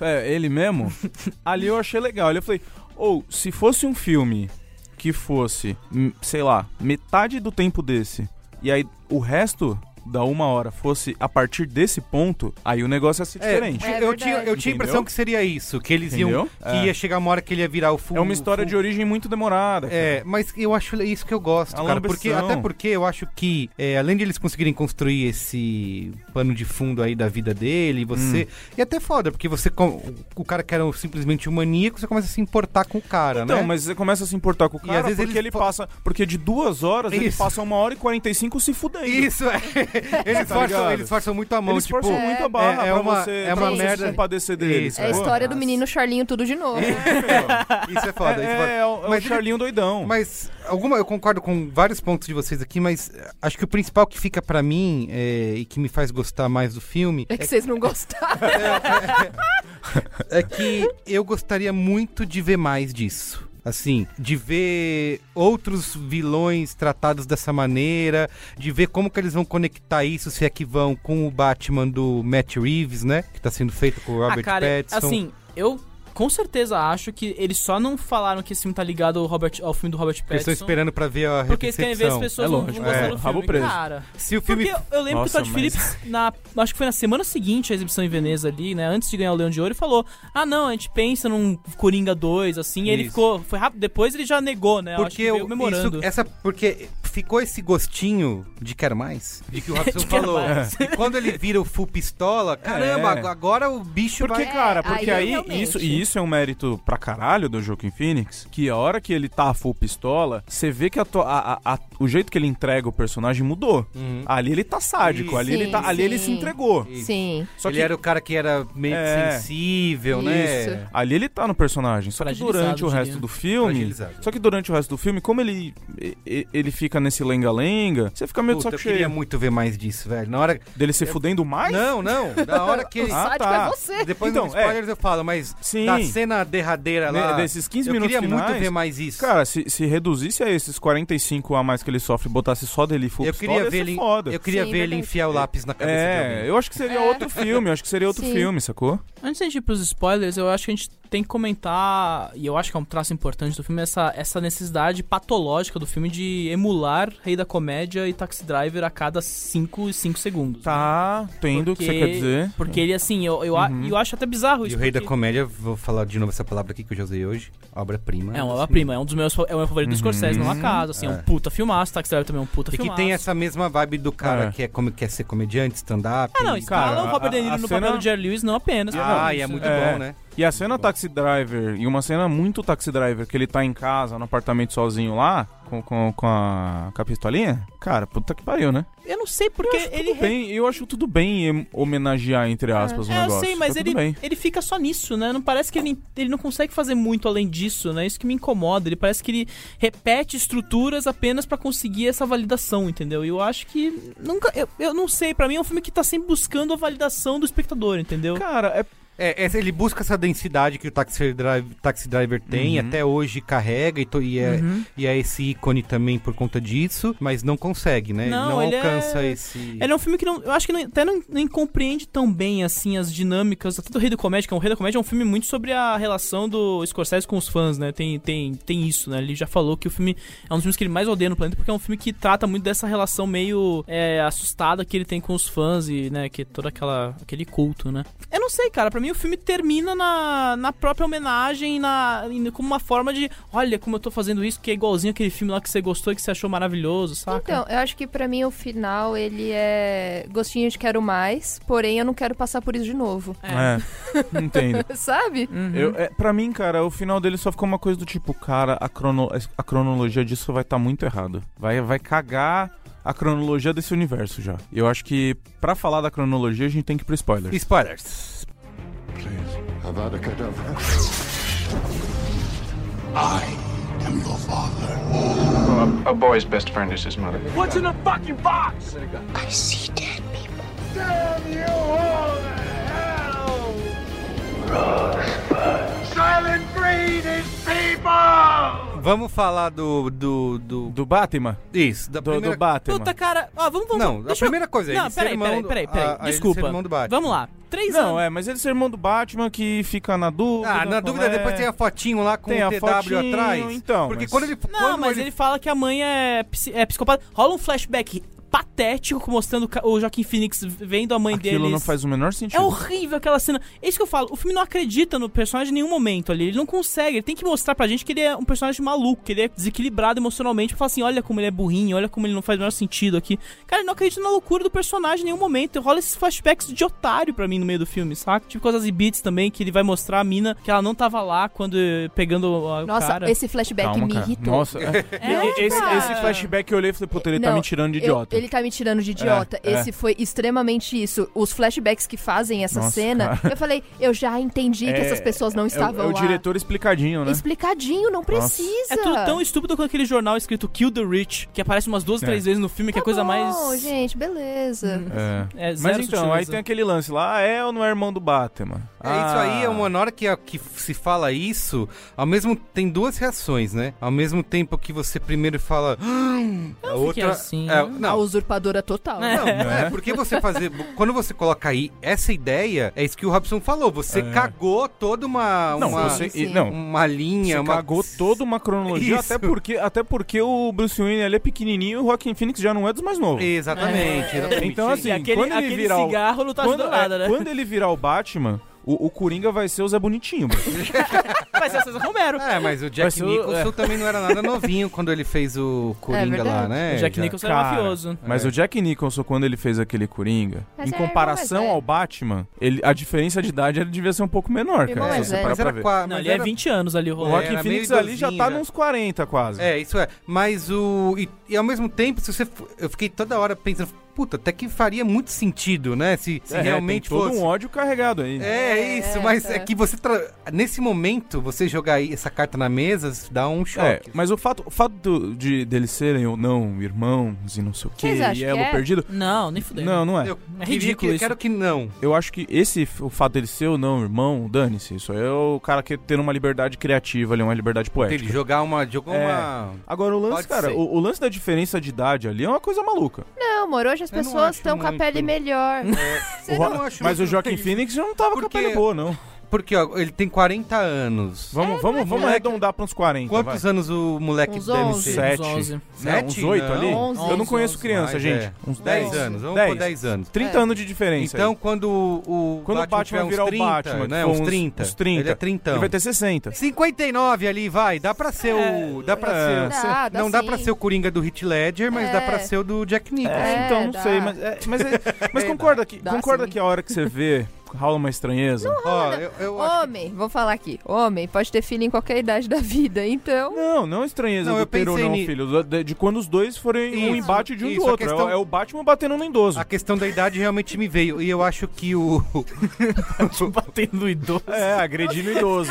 Speaker 6: é, ele mesmo, ali eu achei legal. Ali eu falei, ou se fosse um filme que fosse, hum, sei lá, metade do tempo desse, e aí o resto da uma hora fosse a partir desse ponto, aí o negócio ia ser
Speaker 2: É,
Speaker 6: diferente.
Speaker 7: É
Speaker 2: eu, tinha,
Speaker 7: verdade.
Speaker 2: eu tinha a impressão
Speaker 6: Entendeu?
Speaker 2: que seria isso, que eles iam.
Speaker 6: Entendeu?
Speaker 2: Que ia chegar uma hora que ele ia virar o full.
Speaker 6: É uma história
Speaker 2: full-
Speaker 6: de origem muito demorada. cara. É
Speaker 2: É, mas eu acho isso que eu gosto,
Speaker 6: A
Speaker 2: cara. Porque,
Speaker 6: lambeção.
Speaker 2: até porque eu acho que, é, além de eles conseguirem construir esse pano de fundo aí da vida dele, você.
Speaker 6: Hum.
Speaker 2: E até foda, porque você. com- O cara que era um- simplesmente um maníaco, você começa a se importar com o cara,
Speaker 6: Então,
Speaker 2: né?
Speaker 6: mas você começa a se importar com o
Speaker 2: E
Speaker 6: cara
Speaker 2: às vezes
Speaker 6: porque
Speaker 2: ele
Speaker 6: ele,
Speaker 2: fa-
Speaker 6: passa. Porque de duas horas ele
Speaker 2: Isso.
Speaker 6: passa uma hora e quarenta e cinco se fudendo.
Speaker 2: Isso, é. Eles,
Speaker 6: Tá
Speaker 2: forçam,
Speaker 6: ligado?
Speaker 2: eles forçam muito a mão,
Speaker 6: Eles
Speaker 2: tipo.
Speaker 6: forçam muito a barra
Speaker 2: é- é
Speaker 6: pra
Speaker 2: uma-
Speaker 6: você,
Speaker 2: é
Speaker 6: pra
Speaker 2: uma
Speaker 6: você
Speaker 2: merda-
Speaker 6: se compadecer deles.
Speaker 2: Isso,
Speaker 7: É a
Speaker 6: sacou?
Speaker 7: história do menino Charlinho tudo de novo.
Speaker 2: Isso é
Speaker 6: É,
Speaker 2: foda. isso
Speaker 6: é,
Speaker 2: foda.
Speaker 6: é o, é o
Speaker 2: Mas ele-
Speaker 6: Charlinho doidão.
Speaker 2: Mas tipo, alguma, eu concordo com vários pontos de vocês aqui, mas eh, acho que o principal que fica pra mim é, e que me faz gostar mais do filme
Speaker 7: É que vocês não gostaram.
Speaker 2: é que eu gostaria muito de ver mais disso. Assim, de ver outros vilões tratados dessa maneira, de ver como que eles vão conectar isso, se é que vão com o Batman do Matt Reeves, né? Que tá sendo feito com o Robert
Speaker 4: ah, cara,
Speaker 2: Pattinson.
Speaker 4: assim, eu com certeza acho que eles só não falaram que esse filme tá ligado ao, Robert, ao filme do Robert
Speaker 2: Eles estão
Speaker 4: Pattinson.
Speaker 2: esperando pra ver a
Speaker 4: Porque eles querem ver as
Speaker 2: recepção.
Speaker 4: pessoas
Speaker 6: É
Speaker 4: não
Speaker 6: lógico,
Speaker 4: vão gostar
Speaker 2: é,
Speaker 4: do filme.
Speaker 6: rabo preso.
Speaker 4: Cara,
Speaker 2: Se o filme
Speaker 4: porque eu- eu lembro
Speaker 6: Nossa,
Speaker 4: que o Todd
Speaker 6: mas-
Speaker 4: Phillips, na, acho que foi na semana seguinte à exibição em Veneza ali, né? Antes de ganhar o Leão de Ouro, ele falou: Ah, não, a gente pensa num Coringa 2, assim. E ele
Speaker 2: Isso.
Speaker 4: ficou. Foi rápido. Depois ele já negou, né? Eu acho
Speaker 2: Porque
Speaker 4: que veio
Speaker 2: eu-
Speaker 4: comemorando.
Speaker 2: isso- é essa, porque ficou esse gostinho de quero mais, de que o Robson
Speaker 4: De quero
Speaker 2: falou.
Speaker 4: é mais.
Speaker 2: E quando ele vira o full pistola, caramba,
Speaker 6: É.
Speaker 2: ag- agora o bicho
Speaker 6: Porque,
Speaker 2: vai...
Speaker 6: cara,
Speaker 7: É, aí
Speaker 6: porque aí,
Speaker 7: realmente.
Speaker 6: isso, e isso é um mérito pra caralho do Joaquim Phoenix, que a hora que ele tá full pistola, você vê que a to- a- a- a- o jeito que ele entrega o personagem mudou.
Speaker 2: Uhum.
Speaker 6: Ali ele tá sádico, ali,
Speaker 7: Sim,
Speaker 6: ele tá, ali
Speaker 7: sim.
Speaker 6: ele se entregou.
Speaker 7: Sim.
Speaker 6: Só
Speaker 2: ele
Speaker 6: que
Speaker 2: era o cara que era meio
Speaker 6: É.
Speaker 2: sensível, né?
Speaker 7: Isso.
Speaker 6: Ali ele tá no personagem, só que
Speaker 4: Fragilizado,
Speaker 6: durante o
Speaker 4: diria.
Speaker 6: resto do filme,
Speaker 2: Fragilizado.
Speaker 6: só que durante o resto do filme, como ele e- e- ele fica fica nesse lenga-lenga, você fica meio
Speaker 2: Puta,
Speaker 6: de
Speaker 2: eu
Speaker 6: saco cheio.
Speaker 2: queria muito ver mais disso, velho. Na hora.
Speaker 6: Dele se fudendo mais?
Speaker 2: Não, não. Da hora que ele.
Speaker 7: O sádico
Speaker 6: tá.
Speaker 7: é você.
Speaker 2: Depois
Speaker 6: Então,
Speaker 2: dos spoilers eu falo, mas
Speaker 6: Sim.
Speaker 2: da cena derradeira
Speaker 6: Ne-
Speaker 2: lá.
Speaker 6: desses 15
Speaker 2: eu
Speaker 6: minutos
Speaker 2: queria muito
Speaker 6: finais,
Speaker 2: ver mais isso.
Speaker 6: Cara, se, se reduzisse a esses 45 a mais que ele sofre e botasse só dele full
Speaker 2: eu queria
Speaker 6: pistola,
Speaker 2: ver
Speaker 6: ia ser
Speaker 2: ele,
Speaker 6: foda.
Speaker 2: eu queria
Speaker 7: Sim,
Speaker 2: ver ele
Speaker 7: verdade.
Speaker 2: enfiar o lápis na cabeça de
Speaker 6: É,
Speaker 2: alguém.
Speaker 6: eu acho que seria outro filme, eu acho que seria outro
Speaker 7: Sim.
Speaker 6: filme, sacou?
Speaker 4: Antes da gente ir pros spoilers, eu acho que a gente tem que comentar, e eu acho que é um traço importante do filme, essa, essa necessidade patológica do filme de emular Rei da Comédia e Taxi Driver a cada 5 e 5 segundos. né?
Speaker 6: Tá, entendo o que você quer dizer. Uhum.
Speaker 4: Porque ele, assim, eu, eu, a- eu acho até bizarro
Speaker 2: E
Speaker 4: isso.
Speaker 2: o Rei da
Speaker 4: porque
Speaker 2: Comédia, vou falar de novo essa palavra aqui que eu já usei hoje. Obra-prima.
Speaker 4: É uma obra-prima, é um dos meus fa- é o meu favorito
Speaker 6: Uhum.
Speaker 4: do Scorsese, não acaso, assim, é um puta filmaço, Taxi Driver também é um puta
Speaker 2: E que
Speaker 4: filmaço.
Speaker 2: tem essa mesma vibe do cara
Speaker 6: É.
Speaker 2: que é como quer ser comediante, stand-up.
Speaker 4: Ah, não,
Speaker 2: e-
Speaker 4: escala
Speaker 6: Cara,
Speaker 4: o Robert
Speaker 6: a-
Speaker 4: De Niro
Speaker 6: a
Speaker 4: no
Speaker 6: cena-
Speaker 4: papel do Jerry Lewis, não apenas.
Speaker 2: Ah,
Speaker 4: cara,
Speaker 2: e é
Speaker 4: isso-
Speaker 2: muito
Speaker 6: É.
Speaker 2: bom, né?
Speaker 6: E a cena Taxi Driver, e uma cena muito Taxi Driver, que ele tá em casa, no apartamento sozinho lá, com, com, com, a, com a pistolinha, cara, puta que pariu, né?
Speaker 4: Eu não sei porque
Speaker 6: Eu acho
Speaker 4: ele...
Speaker 6: tudo bem, eu acho tudo bem em- homenagear, entre aspas, o
Speaker 4: É,
Speaker 6: negócio.
Speaker 4: eu sei,
Speaker 6: Tá
Speaker 4: mas
Speaker 6: tudo
Speaker 4: ele,
Speaker 6: bem.
Speaker 4: ele fica só nisso, né? Não parece que ele, ele não consegue fazer muito além disso, né? Isso que me incomoda. Ele parece que ele repete estruturas apenas pra conseguir essa validação, entendeu? E eu acho que nunca. Eu, eu não sei, pra mim é um filme que tá sempre buscando a validação do espectador, entendeu?
Speaker 6: Cara, é
Speaker 2: É, essa- ele busca essa densidade que o Taxi Driver, Taxi Driver tem, até hoje carrega e, to- e
Speaker 4: Uhum.
Speaker 2: é, e é esse ícone também por conta disso, mas não consegue, né?
Speaker 4: Não, ele
Speaker 2: alcança
Speaker 4: é-
Speaker 2: esse.
Speaker 4: Ele é um filme que não, eu acho que não- até não, nem compreende tão bem assim as dinâmicas, até do Rei da Comédia, que é um- o Rei da Comédia é um filme muito sobre a relação do Scorsese com os fãs, né? Tem, tem, tem isso, né? Ele já falou que o filme é um dos filmes que ele mais odeia no planeta, porque é um filme que trata muito dessa relação meio é, assustada que ele tem com os fãs e, né, que é todo aquela, aquele culto, né? Eu não sei, cara, pra mim o filme termina na, na própria homenagem, na, em- como uma forma de, olha como eu tô fazendo isso, que é igualzinho aquele filme lá que você gostou e que você achou maravilhoso, saca?
Speaker 7: Então, eu acho que pra mim o final ele é gostinho de quero mais, porém eu não quero passar por isso de novo.
Speaker 6: É, entendo.
Speaker 7: Sabe?
Speaker 6: Eu, é, pra mim, cara, o final dele só ficou uma coisa do tipo, cara, a, crono- a cronologia disso vai estar muito errada. Vai, vai cagar a cronologia desse universo já. E Eu acho que pra falar da cronologia a gente tem que ir pro spoiler.
Speaker 2: Spoilers.
Speaker 8: A boy's best friend is his mother. What's in the fucking box? I see dead people. Damn you all to hell! Rosebud. Silent breed is people!
Speaker 2: Vamos falar do. do, do...
Speaker 6: Do Batman?
Speaker 2: Isso, da
Speaker 6: Do,
Speaker 2: primeira...
Speaker 6: do Batman.
Speaker 4: Puta, cara. Ó, vamos, vamos.
Speaker 2: Não, a
Speaker 4: deixa eu-
Speaker 2: primeira coisa é
Speaker 4: Não,
Speaker 2: ele ser
Speaker 4: peraí,
Speaker 2: irmão
Speaker 4: peraí,
Speaker 2: do-
Speaker 4: peraí,
Speaker 2: a- a
Speaker 4: peraí.
Speaker 2: ele ser
Speaker 4: Desculpa.
Speaker 2: irmão do Batman.
Speaker 4: Vamos lá. Três
Speaker 6: Não,
Speaker 4: anos.
Speaker 6: é, mas ele ser irmão do Batman que fica na dúvida.
Speaker 2: Ah, na
Speaker 6: qual
Speaker 2: dúvida,
Speaker 6: é.
Speaker 2: depois tem a fotinho lá com
Speaker 6: Tem
Speaker 2: o
Speaker 6: a
Speaker 2: TW
Speaker 6: fotinho,
Speaker 2: atrás.
Speaker 6: então,
Speaker 2: Porque
Speaker 6: mas-
Speaker 2: quando ele.
Speaker 4: Não,
Speaker 2: é, quando
Speaker 4: mas ele... fala que a mãe é, psi- é psicopata. Rola um flashback patético mostrando o ca- o Joaquim Phoenix vendo a mãe dele.
Speaker 6: Aquilo não faz o menor sentido.
Speaker 4: É horrível aquela cena. É isso que eu falo. O filme não acredita no personagem em nenhum momento ali. Ele não consegue. Ele tem que mostrar pra gente que ele é um personagem maluco, que ele é desequilibrado emocionalmente. Pra falar assim: olha como ele é burrinho, olha como ele não faz o menor sentido aqui. Cara, ele não acredita na loucura do personagem em nenhum momento. Rola esses flashbacks de otário pra mim no meio do filme, saca? Tipo coisas e beats também, que ele vai mostrar a mina que ela não tava lá quando eh, pegando a- o
Speaker 7: Nossa,
Speaker 4: cara.
Speaker 7: esse flashback
Speaker 6: Calma,
Speaker 7: me
Speaker 6: cara.
Speaker 7: irritou.
Speaker 6: Nossa, é. E- e- esse,
Speaker 4: cara.
Speaker 6: esse flashback eu olhei e falei, puta, ele tá
Speaker 7: Não,
Speaker 6: me tirando de
Speaker 7: eu-
Speaker 6: idiota.
Speaker 7: ele tá me tirando de idiota.
Speaker 6: É, é.
Speaker 7: Esse foi extremamente isso. Os flashbacks que fazem essa
Speaker 6: Nossa,
Speaker 7: cena,
Speaker 6: cara.
Speaker 7: eu falei, eu já entendi que
Speaker 6: É-
Speaker 7: essas pessoas não
Speaker 6: é o-
Speaker 7: estavam
Speaker 6: É o
Speaker 7: lá.
Speaker 6: diretor explicadinho, né?
Speaker 7: Explicadinho, não precisa.
Speaker 4: É tudo tão estúpido quanto aquele jornal escrito Kill the Rich, que aparece umas duas,
Speaker 6: É.
Speaker 4: três vezes no filme, que é a coisa
Speaker 7: Tá
Speaker 4: mais.
Speaker 7: bom, gente, beleza.
Speaker 6: É.
Speaker 4: É, zero
Speaker 6: Mas então, aí
Speaker 4: sutileza.
Speaker 6: tem aquele lance lá, ah, é ou não é irmão do Batman?
Speaker 2: É, isso
Speaker 6: Ah.
Speaker 2: aí é uma na hora que, que se fala isso, ao mesmo tem duas reações, né? Ao mesmo tempo que você primeiro fala, "Ah", a outra
Speaker 4: assim,
Speaker 2: é,
Speaker 4: né?
Speaker 7: A
Speaker 2: não,
Speaker 7: usurpadora total.
Speaker 2: não, é porque você fazer quando você coloca aí essa ideia é isso que o Robson falou, você cagou toda uma
Speaker 6: É. Não,
Speaker 2: uma,
Speaker 6: você,
Speaker 7: Sim, sim.
Speaker 6: não,
Speaker 2: uma linha,
Speaker 6: você
Speaker 2: é uma
Speaker 6: cagou toda uma cronologia,
Speaker 2: Isso.
Speaker 6: até porque, até porque o Bruce Wayne ele é pequenininho e o Joaquin Phoenix já não é dos mais novos.
Speaker 2: exatamente. exatamente.
Speaker 6: Então assim,
Speaker 4: E aquele,
Speaker 6: quando ele
Speaker 4: aquele
Speaker 6: virar o-
Speaker 4: cigarro não tá
Speaker 6: quando,
Speaker 4: ajudando nada,
Speaker 6: é,
Speaker 4: né?
Speaker 6: quando ele virar o Batman, o, o Coringa vai ser o Zé Bonitinho. mano.
Speaker 4: Vai ser o César Romero.
Speaker 6: Ah,
Speaker 2: É, mas o
Speaker 6: Vai
Speaker 2: Jack
Speaker 6: ser o-
Speaker 2: Nicholson
Speaker 6: é.
Speaker 2: também não era nada novinho quando ele fez o Coringa lá,
Speaker 7: verdade.
Speaker 2: né?
Speaker 4: o Jack
Speaker 2: Já-
Speaker 4: Nicholson é
Speaker 6: Cara,
Speaker 4: mafioso.
Speaker 6: Mas o Jack Nicholson, quando ele fez aquele Coringa,
Speaker 7: Mas
Speaker 6: em
Speaker 7: é irmão mais
Speaker 6: comparação
Speaker 7: velho.
Speaker 6: ao Batman, ele, a diferença de idade ele devia ser um pouco menor,
Speaker 7: Irmão é.
Speaker 6: cara.
Speaker 7: mais
Speaker 6: se você
Speaker 7: velho.
Speaker 6: parar
Speaker 2: Mas
Speaker 6: pra
Speaker 2: era
Speaker 6: ver.
Speaker 2: qua-
Speaker 4: Não,
Speaker 2: mas
Speaker 4: ele
Speaker 2: era-
Speaker 4: é 20 anos ali, o
Speaker 6: O
Speaker 4: Rolê.
Speaker 2: Rock-
Speaker 6: Joaquin
Speaker 2: Era meio
Speaker 6: Phoenix ali já
Speaker 2: idosinho, né? É,
Speaker 6: tá
Speaker 2: já.
Speaker 6: nos 40 quase.
Speaker 2: É, isso é. Mas o. E, e ao mesmo tempo, se você. f- Eu fiquei toda hora pensando. puta, até que faria muito sentido, né? Se, se
Speaker 6: É,
Speaker 2: realmente
Speaker 6: tem todo
Speaker 2: fosse.
Speaker 6: um ódio carregado aí. né?
Speaker 2: É, é isso, mas é que você. tra- Nesse momento, você jogar aí essa carta na mesa dá um choque.
Speaker 6: É, mas o fato, o fato do- de deles serem ou não irmãos e não sei o quê,
Speaker 7: Vocês acham que
Speaker 6: e elo
Speaker 7: é?
Speaker 6: perdido.
Speaker 4: Não, nem fudeu.
Speaker 6: Não, não é.
Speaker 2: Eu
Speaker 6: Eu...
Speaker 2: queria
Speaker 4: ridículo
Speaker 2: que-
Speaker 4: isso.
Speaker 2: Quero que não.
Speaker 6: acho que esse, f- o fato dele ser ou não irmão, dane-se. Isso aí é o cara que tendo uma liberdade criativa ali, uma liberdade poética.
Speaker 2: Ele jogar uma. Jogou
Speaker 6: tipo, É.
Speaker 2: uma.
Speaker 6: Agora, o lance,
Speaker 2: Pode
Speaker 6: cara,
Speaker 2: ser.
Speaker 6: o, o lance da diferença de idade ali é uma coisa maluca.
Speaker 7: Não, amor, hoje as
Speaker 2: Eu não
Speaker 7: pessoas
Speaker 2: acho
Speaker 7: estão com a
Speaker 2: muito. É.
Speaker 7: pele melhor.
Speaker 6: O
Speaker 2: não
Speaker 6: Ro-
Speaker 2: acho
Speaker 6: Mas o
Speaker 2: isso-
Speaker 6: Joaquim Phoenix já não tava com
Speaker 2: Porque-
Speaker 6: a pele boa, não.
Speaker 2: Porque, ó, ele tem 40 anos.
Speaker 6: Vamos, vamos, vamos
Speaker 2: é.
Speaker 6: arredondar pra uns 40.
Speaker 2: Quantos anos o moleque
Speaker 7: Uns
Speaker 2: deve
Speaker 7: 11.
Speaker 2: ter?
Speaker 6: Sete.
Speaker 4: Uns 11.
Speaker 6: vai. Não,
Speaker 2: Sete?
Speaker 6: uns 8
Speaker 2: Não.
Speaker 6: ali?
Speaker 7: Onze,
Speaker 6: Eu não
Speaker 4: onze,
Speaker 6: conheço
Speaker 4: onze.
Speaker 6: criança,
Speaker 2: Mas
Speaker 6: gente.
Speaker 2: é.
Speaker 6: Uns
Speaker 2: 10
Speaker 6: 10
Speaker 2: anos, vamos por 10 anos.
Speaker 6: 30 anos de diferença.
Speaker 2: Então,
Speaker 6: aí.
Speaker 2: quando o, o
Speaker 6: quando o Batman,
Speaker 2: tiver
Speaker 6: virar
Speaker 2: uns 30,
Speaker 6: o Batman,
Speaker 2: né?
Speaker 6: for
Speaker 2: Uns 30.
Speaker 6: Uns 30.
Speaker 2: Ele é 30.
Speaker 6: Ele vai ter 60.
Speaker 2: 59 ali, vai. Dá pra ser o. Dá pra
Speaker 6: é,
Speaker 2: ser.
Speaker 7: dá, dá
Speaker 2: não dá
Speaker 7: sim.
Speaker 2: pra ser o Coringa do Heath Ledger, mas
Speaker 7: É.
Speaker 2: dá pra ser o do Jack Nicholson.
Speaker 6: É, então, não
Speaker 7: dá.
Speaker 6: sei, mas, é, mas, é- mas concorda, que,
Speaker 7: Dá
Speaker 6: concorda
Speaker 7: sim.
Speaker 6: que a hora que você vê rola uma estranheza?
Speaker 2: Ó, eu, eu acho
Speaker 7: Homem, vou falar aqui. Homem pode ter filho em qualquer idade da vida, então.
Speaker 6: Não, não é estranheza
Speaker 2: Não,
Speaker 6: do
Speaker 2: eu
Speaker 6: ter ou
Speaker 2: pensei
Speaker 6: não,
Speaker 2: ni-
Speaker 6: filho. do- De, de quando os dois forem um
Speaker 2: Isso,
Speaker 6: embate de um
Speaker 2: isso,
Speaker 6: do
Speaker 2: a
Speaker 6: outro. É o-
Speaker 2: questão-
Speaker 6: É o Batman batendo no idoso.
Speaker 2: A questão da idade realmente me veio. E eu acho que o.
Speaker 4: Tá Batendo no idoso.
Speaker 6: É, agredindo idoso.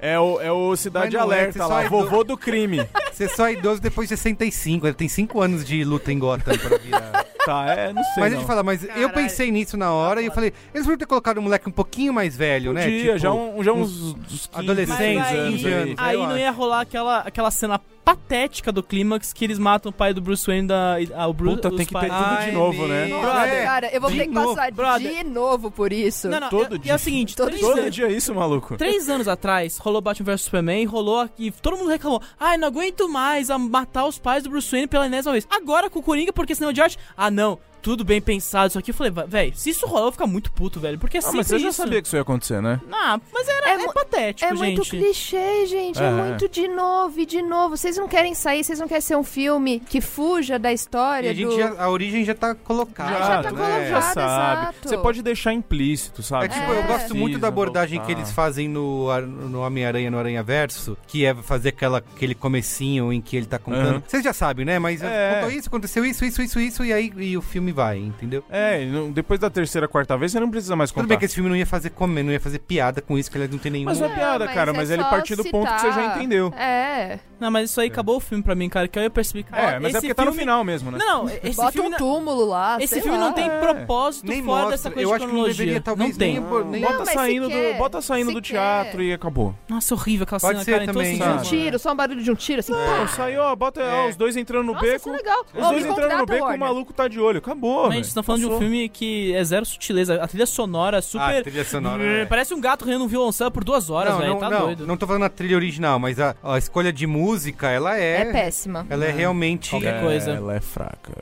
Speaker 6: É, é o, é o Cidade
Speaker 2: Mas não é,
Speaker 6: Alerta
Speaker 2: você só
Speaker 6: lá,
Speaker 2: é
Speaker 6: vovô do crime.
Speaker 2: Você só é idoso depois de 65. Ele tem 5 anos de luta em Gotham pra virar.
Speaker 6: Tá, é, não sei.
Speaker 2: mas
Speaker 6: não.
Speaker 2: a gente fala, mas eu pensei nisso na hora e eu falei, eles vão ter colocado um moleque um pouquinho mais velho, né?
Speaker 6: Podia,
Speaker 2: Tipo,
Speaker 6: já, um, já uns, uns 15,
Speaker 2: adolescente,
Speaker 6: 16 anos.
Speaker 2: aí-
Speaker 6: aí.
Speaker 4: Aí
Speaker 2: eu
Speaker 4: não
Speaker 2: acho.
Speaker 4: ia rolar aquela, aquela cena patética do clímax que eles matam o pai do Bruce Wayne da ah, o Bruce
Speaker 6: Puta, tem que ter
Speaker 4: pais-
Speaker 6: tudo
Speaker 2: Ai,
Speaker 6: de novo, né?
Speaker 2: meu.
Speaker 7: Nossa,
Speaker 2: É,
Speaker 7: cara, eu vou
Speaker 2: de
Speaker 7: ter que
Speaker 2: novo,
Speaker 7: passar de
Speaker 4: brother.
Speaker 7: novo por isso.
Speaker 4: Não, não,
Speaker 6: Todo
Speaker 4: é,
Speaker 6: dia.
Speaker 4: é o seguinte,
Speaker 7: Todo
Speaker 4: três,
Speaker 6: Todo
Speaker 4: anos,
Speaker 6: dia é isso, maluco.
Speaker 4: três anos atrás, rolou Batman vs Superman, rolou aqui, todo mundo reclamou, ai, não aguento mais a matar os pais do Bruce Wayne pela enésima vez. Agora com o Coringa, porque senão o Josh, ah não, tudo bem pensado isso aqui. Eu falei, "Va- véi, se isso rolar eu vou ficar muito puto, velho, porque é
Speaker 6: Ah,
Speaker 4: sempre
Speaker 6: mas você já
Speaker 4: isso.
Speaker 6: sabia que isso ia acontecer, né?
Speaker 4: Ah, mas era,
Speaker 7: É
Speaker 4: é,
Speaker 7: mu-
Speaker 4: patético,
Speaker 7: é muito
Speaker 4: gente.
Speaker 7: clichê, gente. É.
Speaker 6: É.
Speaker 7: muito de novo e de novo. Vocês não querem sair, vocês não querem ser um filme que fuja da
Speaker 2: E
Speaker 7: história
Speaker 2: a, gente
Speaker 7: do.
Speaker 2: já- a origem já tá colocada.
Speaker 7: Ah, já tá
Speaker 2: né?
Speaker 7: colocada.
Speaker 6: já
Speaker 7: exato.
Speaker 6: É, sabe. Você pode deixar implícito, sabe?
Speaker 2: É que, tipo, eu
Speaker 7: É.
Speaker 2: gosto muito da abordagem que eles fazem no, Ar- no Homem-Aranha, no Aranha Verso, que é fazer aquela, aquele comecinho em que ele tá contando.
Speaker 6: Aham.
Speaker 2: Vocês já sabem, né? Mas
Speaker 6: É.
Speaker 2: contou isso, aconteceu isso, isso, isso, isso, e aí e o filme vai, entendeu?
Speaker 6: É, e não- depois da terceira, quarta vez, você não precisa mais
Speaker 2: Tudo
Speaker 6: contar.
Speaker 2: bem que esse filme não ia fazer comer, não ia fazer piada com isso, que ele não tem nenhum. Ah,
Speaker 6: Mas não é piada,
Speaker 7: mas
Speaker 6: cara,
Speaker 7: é
Speaker 6: mas ele
Speaker 7: só
Speaker 6: partir do ponto que você já
Speaker 7: citar.
Speaker 6: entendeu.
Speaker 7: É.
Speaker 4: Não, mas isso aí acabou o filme pra mim, cara, que aí eu percebi que ó,
Speaker 6: É, mas é
Speaker 4: esse
Speaker 6: porque tá no
Speaker 4: filme-
Speaker 6: final mesmo, né?
Speaker 4: Não, não, esse
Speaker 7: Bota
Speaker 4: filme
Speaker 7: um
Speaker 4: não-
Speaker 7: túmulo lá.
Speaker 4: Esse
Speaker 7: sei
Speaker 4: filme
Speaker 7: lá.
Speaker 4: não tem
Speaker 6: É.
Speaker 4: propósito
Speaker 2: Nem
Speaker 4: fora
Speaker 2: mostra.
Speaker 4: dessa coisa
Speaker 2: Eu
Speaker 4: de
Speaker 2: acho que não
Speaker 4: cronologia.
Speaker 2: deveria, talvez,
Speaker 4: não tem.
Speaker 2: nem abor- nem-
Speaker 7: Não,
Speaker 6: Bota
Speaker 7: mas
Speaker 6: saindo,
Speaker 7: sequer,
Speaker 6: do, bota saindo do
Speaker 7: sequer.
Speaker 6: teatro e acabou.
Speaker 4: Nossa, horrível aquela
Speaker 2: Pode
Speaker 4: cena,
Speaker 2: ser
Speaker 4: cara, então, assim,
Speaker 2: também,
Speaker 4: em
Speaker 7: Um
Speaker 4: todos
Speaker 2: sabe?
Speaker 4: os
Speaker 7: tiro, só um barulho de um tiro, assim.
Speaker 6: Não,
Speaker 7: pá.
Speaker 6: saiu, ó, bota
Speaker 4: É.
Speaker 6: ó, os dois entrando no
Speaker 7: Nossa, isso
Speaker 6: beco.
Speaker 7: é legal.
Speaker 6: Os
Speaker 7: Ó,
Speaker 6: dois
Speaker 7: me
Speaker 6: entrando no
Speaker 7: contrata,
Speaker 6: beco, o
Speaker 7: Warner.
Speaker 6: maluco tá de olho. Acabou,
Speaker 4: Mas a gente tá falando de um
Speaker 6: Passou.
Speaker 4: filme que é zero sutileza. A trilha sonora é
Speaker 2: Ah, a
Speaker 4: super.
Speaker 2: trilha
Speaker 6: Hum,
Speaker 2: sonora. é.
Speaker 4: Parece um gato rindo um violoncelo por duas horas,
Speaker 2: Não,
Speaker 4: velho.
Speaker 2: não,
Speaker 4: Tá
Speaker 2: não,
Speaker 4: doido.
Speaker 2: não tô falando a trilha original, mas a, a escolha de música, ela é.
Speaker 7: É péssima.
Speaker 2: Ela é realmente.
Speaker 4: Qualquer coisa.
Speaker 6: Ela é fraca.